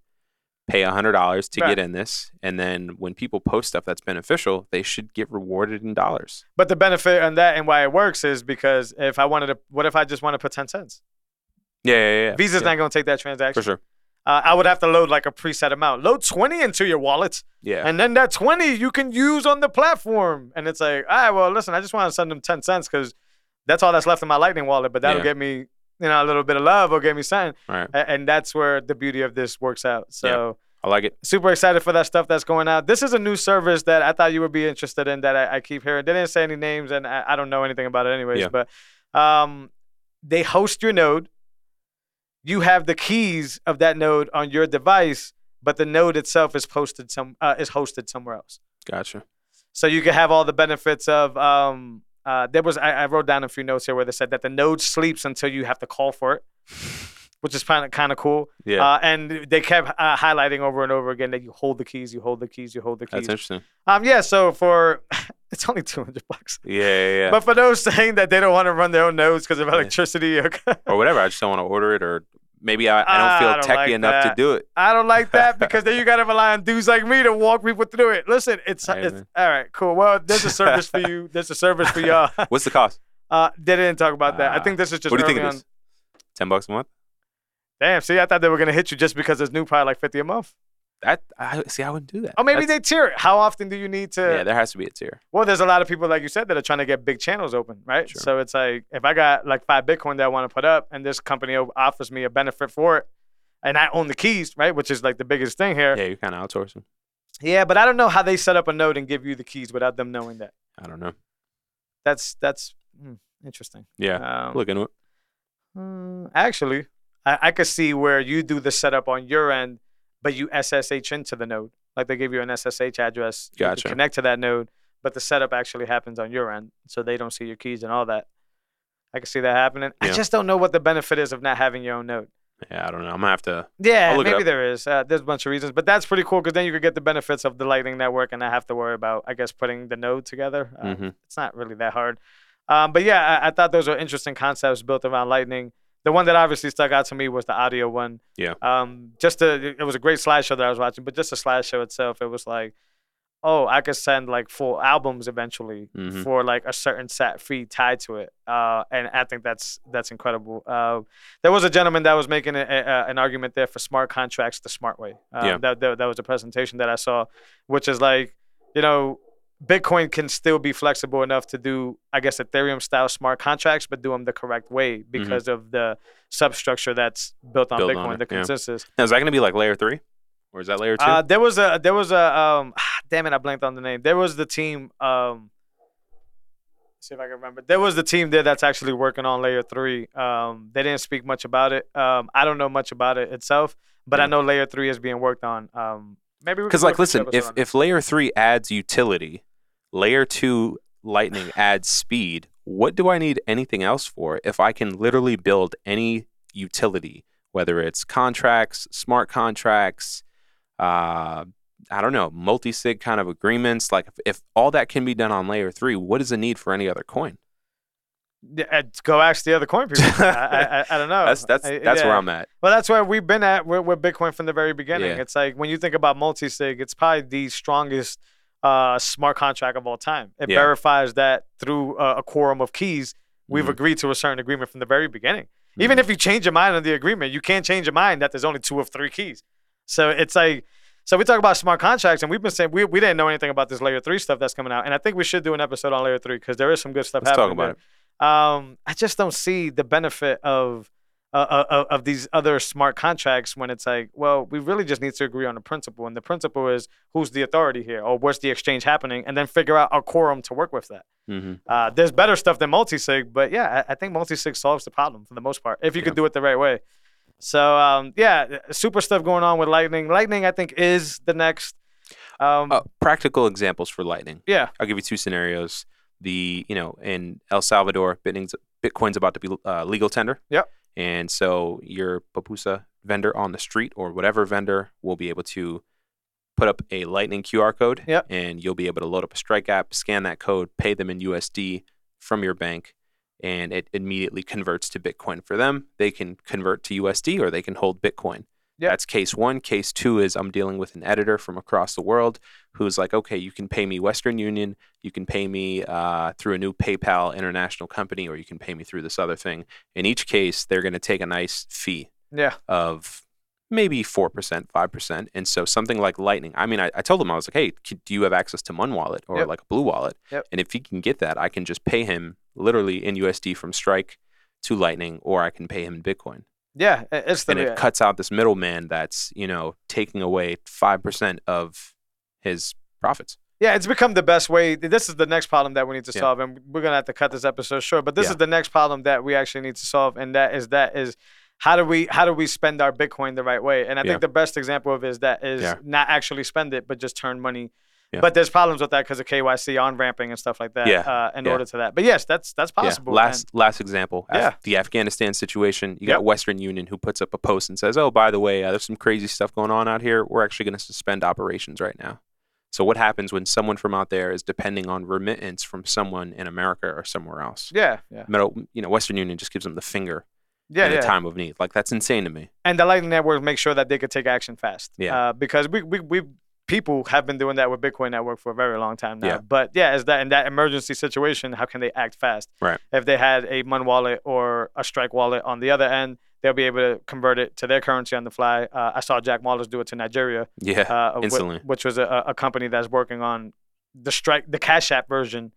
S4: pay $100 to
S3: Right.
S4: get in this and then when people post stuff that's beneficial, they should get rewarded in dollars.
S3: But the benefit on that and why it works is because if I wanted to, what if I just want to put ten cents?
S4: Yeah, yeah, yeah.
S3: Visa's
S4: yeah,
S3: not going to take that
S4: for
S3: transaction.
S4: sure.
S3: Uh, I would have to load like a preset amount. Load twenty into your wallet,
S4: Yeah.
S3: and then that twenty you can use on the platform. And it's like, all right, well, listen, I just want to send them ten cents because that's all that's left in my Lightning wallet. But that'll
S4: Yeah.
S3: get me, you know, a little bit of love or get me something.
S4: All right.
S3: A- and that's where the beauty of this works out. So
S4: I like it.
S3: super excited for that stuff that's going out. This is a new service that I thought you would be interested in that I, I keep hearing. They didn't say any names, and I, I don't know anything about it anyways.
S4: Yeah.
S3: But um, they host your node. You have the keys of that node on your device, but the node itself is posted some uh, is hosted somewhere else.
S4: Gotcha.
S3: So you can have all the benefits of. Um, uh, there was I, I wrote down a few notes here where they said that the node sleeps until you have to call for it, which is kind of kind of cool.
S4: Yeah.
S3: Uh, and they kept uh, highlighting over and over again that you hold the keys, you hold the keys, you hold the
S4: that's
S3: keys.
S4: interesting.
S3: Um, yeah. So for it's only two hundred bucks.
S4: Yeah, yeah, yeah.
S3: But for those saying that they don't want to run their own nodes because of
S4: Yeah. Oh.
S3: electricity, or,
S4: or whatever. I just don't want to order it or maybe I, I
S3: Ah,
S4: don't feel
S3: I don't
S4: techy
S3: like
S4: enough
S3: that.
S4: to do it.
S3: I don't like that because then you gotta rely on dudes like me to walk people through it. Listen, it's,
S4: Hey,
S3: it's
S4: man.
S3: all right, cool. Well, there's a service for you. There's a service for y'all.
S4: What's the cost?
S3: Uh, they didn't talk about that. I
S4: Ah.
S3: think this is just
S4: what do you think
S3: early
S4: of
S3: on.
S4: this? 10 bucks a month?
S3: Damn. See, I thought they were gonna hit you just because it's new, probably like fifty a month.
S4: That I see I wouldn't do that.
S3: Oh, maybe
S4: That's-
S3: they tier it. How often do you need to?
S4: Yeah, there has to be a tier.
S3: Well, there's a lot of people, like you said, that are trying to get big channels open, right?
S4: Sure.
S3: So it's like if I got like five Bitcoin that I want to put up, and this company o- offers me a benefit for it, and I own the keys, right? Which is like the biggest thing here. Yeah,
S4: Yeah, you're kind of outsourcing.
S3: but I don't know how they set up a node and give you the keys without them knowing that.
S4: I don't know.
S3: That's that's mm, interesting.
S4: Yeah.
S3: Um,
S4: Look into it.
S3: mm, actually, I, I could see where you do the setup on your end, but you SSH into the node. Like they give you an SSH address, you can
S4: Gotcha.
S3: connect to that node, but the setup actually happens on your end, so they don't see your keys and all that. I can see that happening. I
S4: Yeah.
S3: just don't know what the benefit is of not having your own node.
S4: Yeah, I don't know. I'm gonna have to.
S3: Yeah,
S4: I'll look it
S3: maybe
S4: up.
S3: there is. Uh, there's a bunch of reasons, but that's pretty cool because then you could get the benefits of the Lightning Network and not have to worry about, I guess, putting the node together. Uh,
S4: Mhm.
S3: It's not really that hard. Um, but yeah, I, I thought those were interesting concepts built around Lightning. The one that obviously stuck out to me was the audio one.
S4: Yeah.
S3: Um, just the it was a great slideshow that I was watching, but just the slideshow itself, it was like, oh, I could send like full albums eventually
S4: Mhm.
S3: for like a certain set fee tied to it. Uh, and I think that's that's incredible. Uh, there was a gentleman that was making a, a, an argument there for smart contracts the smart way. Um,
S4: Yeah.
S3: that, that that was a presentation that I saw, which is like, you know, Bitcoin can still be flexible enough to do, I guess, Ethereum style smart contracts, but do them the correct way because of the substructure that's built on
S4: Mm-hmm. Built
S3: Bitcoin,
S4: on it,
S3: the
S4: yeah.
S3: consensus.
S4: Now, is that gonna be like layer three, or is that layer two?
S3: Uh, there was a there was a um damn it I blanked on the name. There was the team um see if I can remember. There was the team there that's actually working on layer 3. Um they didn't speak much about it. Um I don't know much about it itself, but I
S4: Yeah.
S3: know layer 3 is being worked on. Um maybe we
S4: Mm. Because
S3: could do a
S4: like,
S3: future
S4: listen,
S3: episode
S4: if
S3: on it.
S4: if layer three adds utility, layer two lightning adds speed. What do I need anything else for if I can literally build any utility, whether it's contracts, smart contracts, uh, I don't know, multi sig kind of agreements? Like, if, if all that can be done on layer three, what is the need for any other coin?
S3: Yeah, uh, go ask the other coin people. I, I, I, I don't know.
S4: that's that's
S3: Oh, I-
S4: that's
S3: yeah.
S4: where I'm at.
S3: Well, that's where we've been at with, with Bitcoin from the very beginning.
S4: Yeah.
S3: It's like when you think about multi sig, it's probably the strongest uh, smart contract of all time. It
S4: Yeah.
S3: verifies that through uh, a quorum of keys, we've
S4: Mhm.
S3: agreed to a certain agreement from the very beginning.
S4: Mm-hmm.
S3: Even if you change your mind on the agreement, you can't change your mind that there's only two of three keys. So it's like, so we talk about smart contracts, and we've been saying we, we didn't know anything about this layer three stuff that's coming out, and I think we should do an episode on layer three because there is some good stuff
S4: Let's talk
S3: happening.
S4: about it.
S3: there. Um, I just don't see the benefit of uh, of, of these other smart contracts when it's like, well, we really just need to agree on a principle, and the principle is who's the authority here, or where's the exchange happening, and then figure out our quorum to work with that.
S4: hmm
S3: Uh, there's better stuff than multi-sig, but yeah, I, I think multi-sig solves the problem for the most part if you
S4: Yeah.
S3: can do it the right way. So um, yeah, th- super stuff going on with Lightning. Lightning, I think, is the next. Um,
S4: Uh, practical examples for lightning.
S3: Yeah,
S4: I'll give you two scenarios. The you know in El Salvador, Bitcoin's, Bitcoin's about to be uh, legal tender.
S3: Yep.
S4: And so your papusa vendor on the street or whatever vendor will be able to put up a Lightning QR code.
S3: Yep.
S4: And you'll be able to load up a Strike app, scan that code, pay them in USD from your bank, and it immediately converts to Bitcoin for them. They can convert to USD or they can hold Bitcoin.
S3: Yep.
S4: That's case one. Case two is I'm dealing with an editor from across the world who's like, okay, you can pay me Western Union, you can pay me uh, through a new PayPal international company, or you can pay me through this other thing. In each case, they're going to take a nice fee
S3: yeah,
S4: of maybe 4%, 5%. And so something like Lightning, I mean, I, I told him, I was like, hey, c- do you have access to Mun Wallet or
S3: Yep.
S4: like a Blue Wallet?
S3: Yep.
S4: And if he can get that, I can just pay him literally in USD from Strike to Lightning, or I can pay him in Bitcoin.
S3: yeah. i- It's the
S4: And it cuts out this middleman that's, you know, taking away 5% of his profits.
S3: yeah. It's become the best way. This is the next problem that we need to
S4: Yeah.
S3: solve, and we're gonna have to cut this episode short. But this
S4: Yeah.
S3: is the next problem that we actually need to solve, and that is that is how do we how do we spend our Bitcoin the right way? And I
S4: Yeah.
S3: think the best example of is that is
S4: Yeah.
S3: not actually spend it, but just turn money
S4: Yeah.
S3: But there's problems with that because of KYC on ramping and stuff like that.
S4: Yeah,
S3: Uh, in
S4: yeah.
S3: order to that, but yes, that's that's
S4: Yeah,
S3: possible. and-
S4: Last last example. Af-
S3: Yeah.
S4: the Afghanistan situation. You
S3: Yep.
S4: got Western Union who puts up a post and says, "Oh, by the way, uh, there's some crazy stuff going on out here. We're actually going to suspend operations right now." So what happens when someone from out there is depending on remittance from someone in America or somewhere else?
S3: yeah, yeah,
S4: Middle- you know, Western Union just gives them the finger
S3: yeah,
S4: in
S3: yeah.
S4: a time of need. Like that's insane to me.
S3: And the Lightning Network make sure that they could take action fast.
S4: Yeah.
S3: Uh, because we we we people have been doing that with Bitcoin Network for a very long time now.
S4: Yeah.
S3: But yeah, is that in that emergency situation, how can they act fast?
S4: Right.
S3: If they had a Mun wallet or a Strike wallet on the other end, they'll be able to convert it to their currency on the fly. Uh, I saw Jack Maulers do it to Nigeria.
S4: Yeah.
S3: uh, wh-
S4: instantly.
S3: which was a, a company that's working on the strike, the Cash App version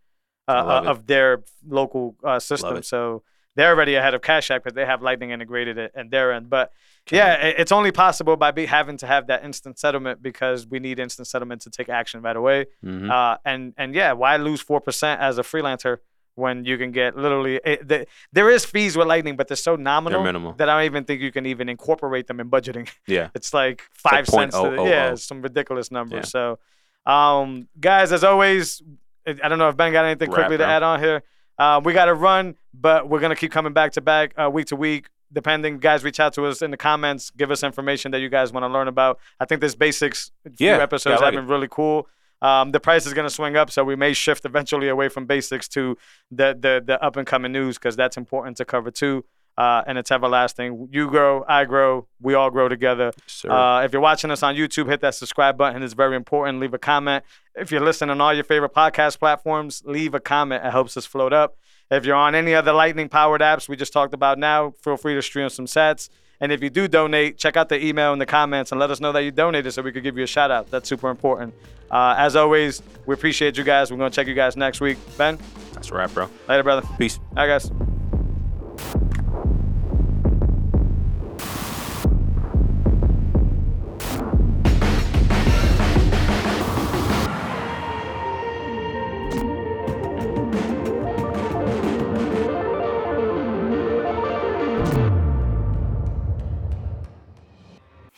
S3: uh,
S4: I love
S3: uh,
S4: it.
S3: of their local uh, system.
S4: it.
S3: So they're already ahead of Cash App because they have Lightning integrated at, at their end. But
S4: Killer.
S3: yeah, it, it's only possible by be, having to have that instant settlement because we need instant settlement to take action right away.
S4: Mhm.
S3: Uh, and and yeah, why lose four percent as a freelancer when you can get literally it, the, there is fees with Lightning, but they're so nominal
S4: minimal.
S3: that I don't even think you can even incorporate them in budgeting.
S4: yeah.
S3: It's like
S4: like
S3: five cents. To the, yeah,
S4: 0.000.
S3: it's some ridiculous number.
S4: oh. Yeah.
S3: So, um, guys, as always, I I don't know if Ben got anything
S4: Wrap,
S3: quickly
S4: bro.
S3: to add on here. Uh, we got to run, but we're gonna keep coming back to back, uh, week to week. depending, guys, reach out to us in the comments. Give us information that you guys want to learn about. I think this basics few
S4: Yeah, yeah, I
S3: episodes
S4: like
S3: have been really cool. Um, the price is going to swing up, so we may shift eventually away from basics to the the, the up and coming news because that's important to cover too. Uh, and it's everlasting. You grow, I grow, we all grow together.
S4: Sure.
S3: Uh, if you're watching us on YouTube, hit that subscribe button. It's very important. Leave a comment. If you're listening on all your favorite podcast platforms, leave a comment. It helps us float up. If you're on any other lightning powered apps we just talked about now, feel free to stream some sets. And if you do donate, check out the email in the comments and let us know that you donated so we could give you a shout out. That's super important. Uh, as always, we appreciate you guys. We're going to check you guys next week. Ben,
S4: That's a wrap, bro.
S3: later, brother.
S4: Peace.
S3: All right, guys.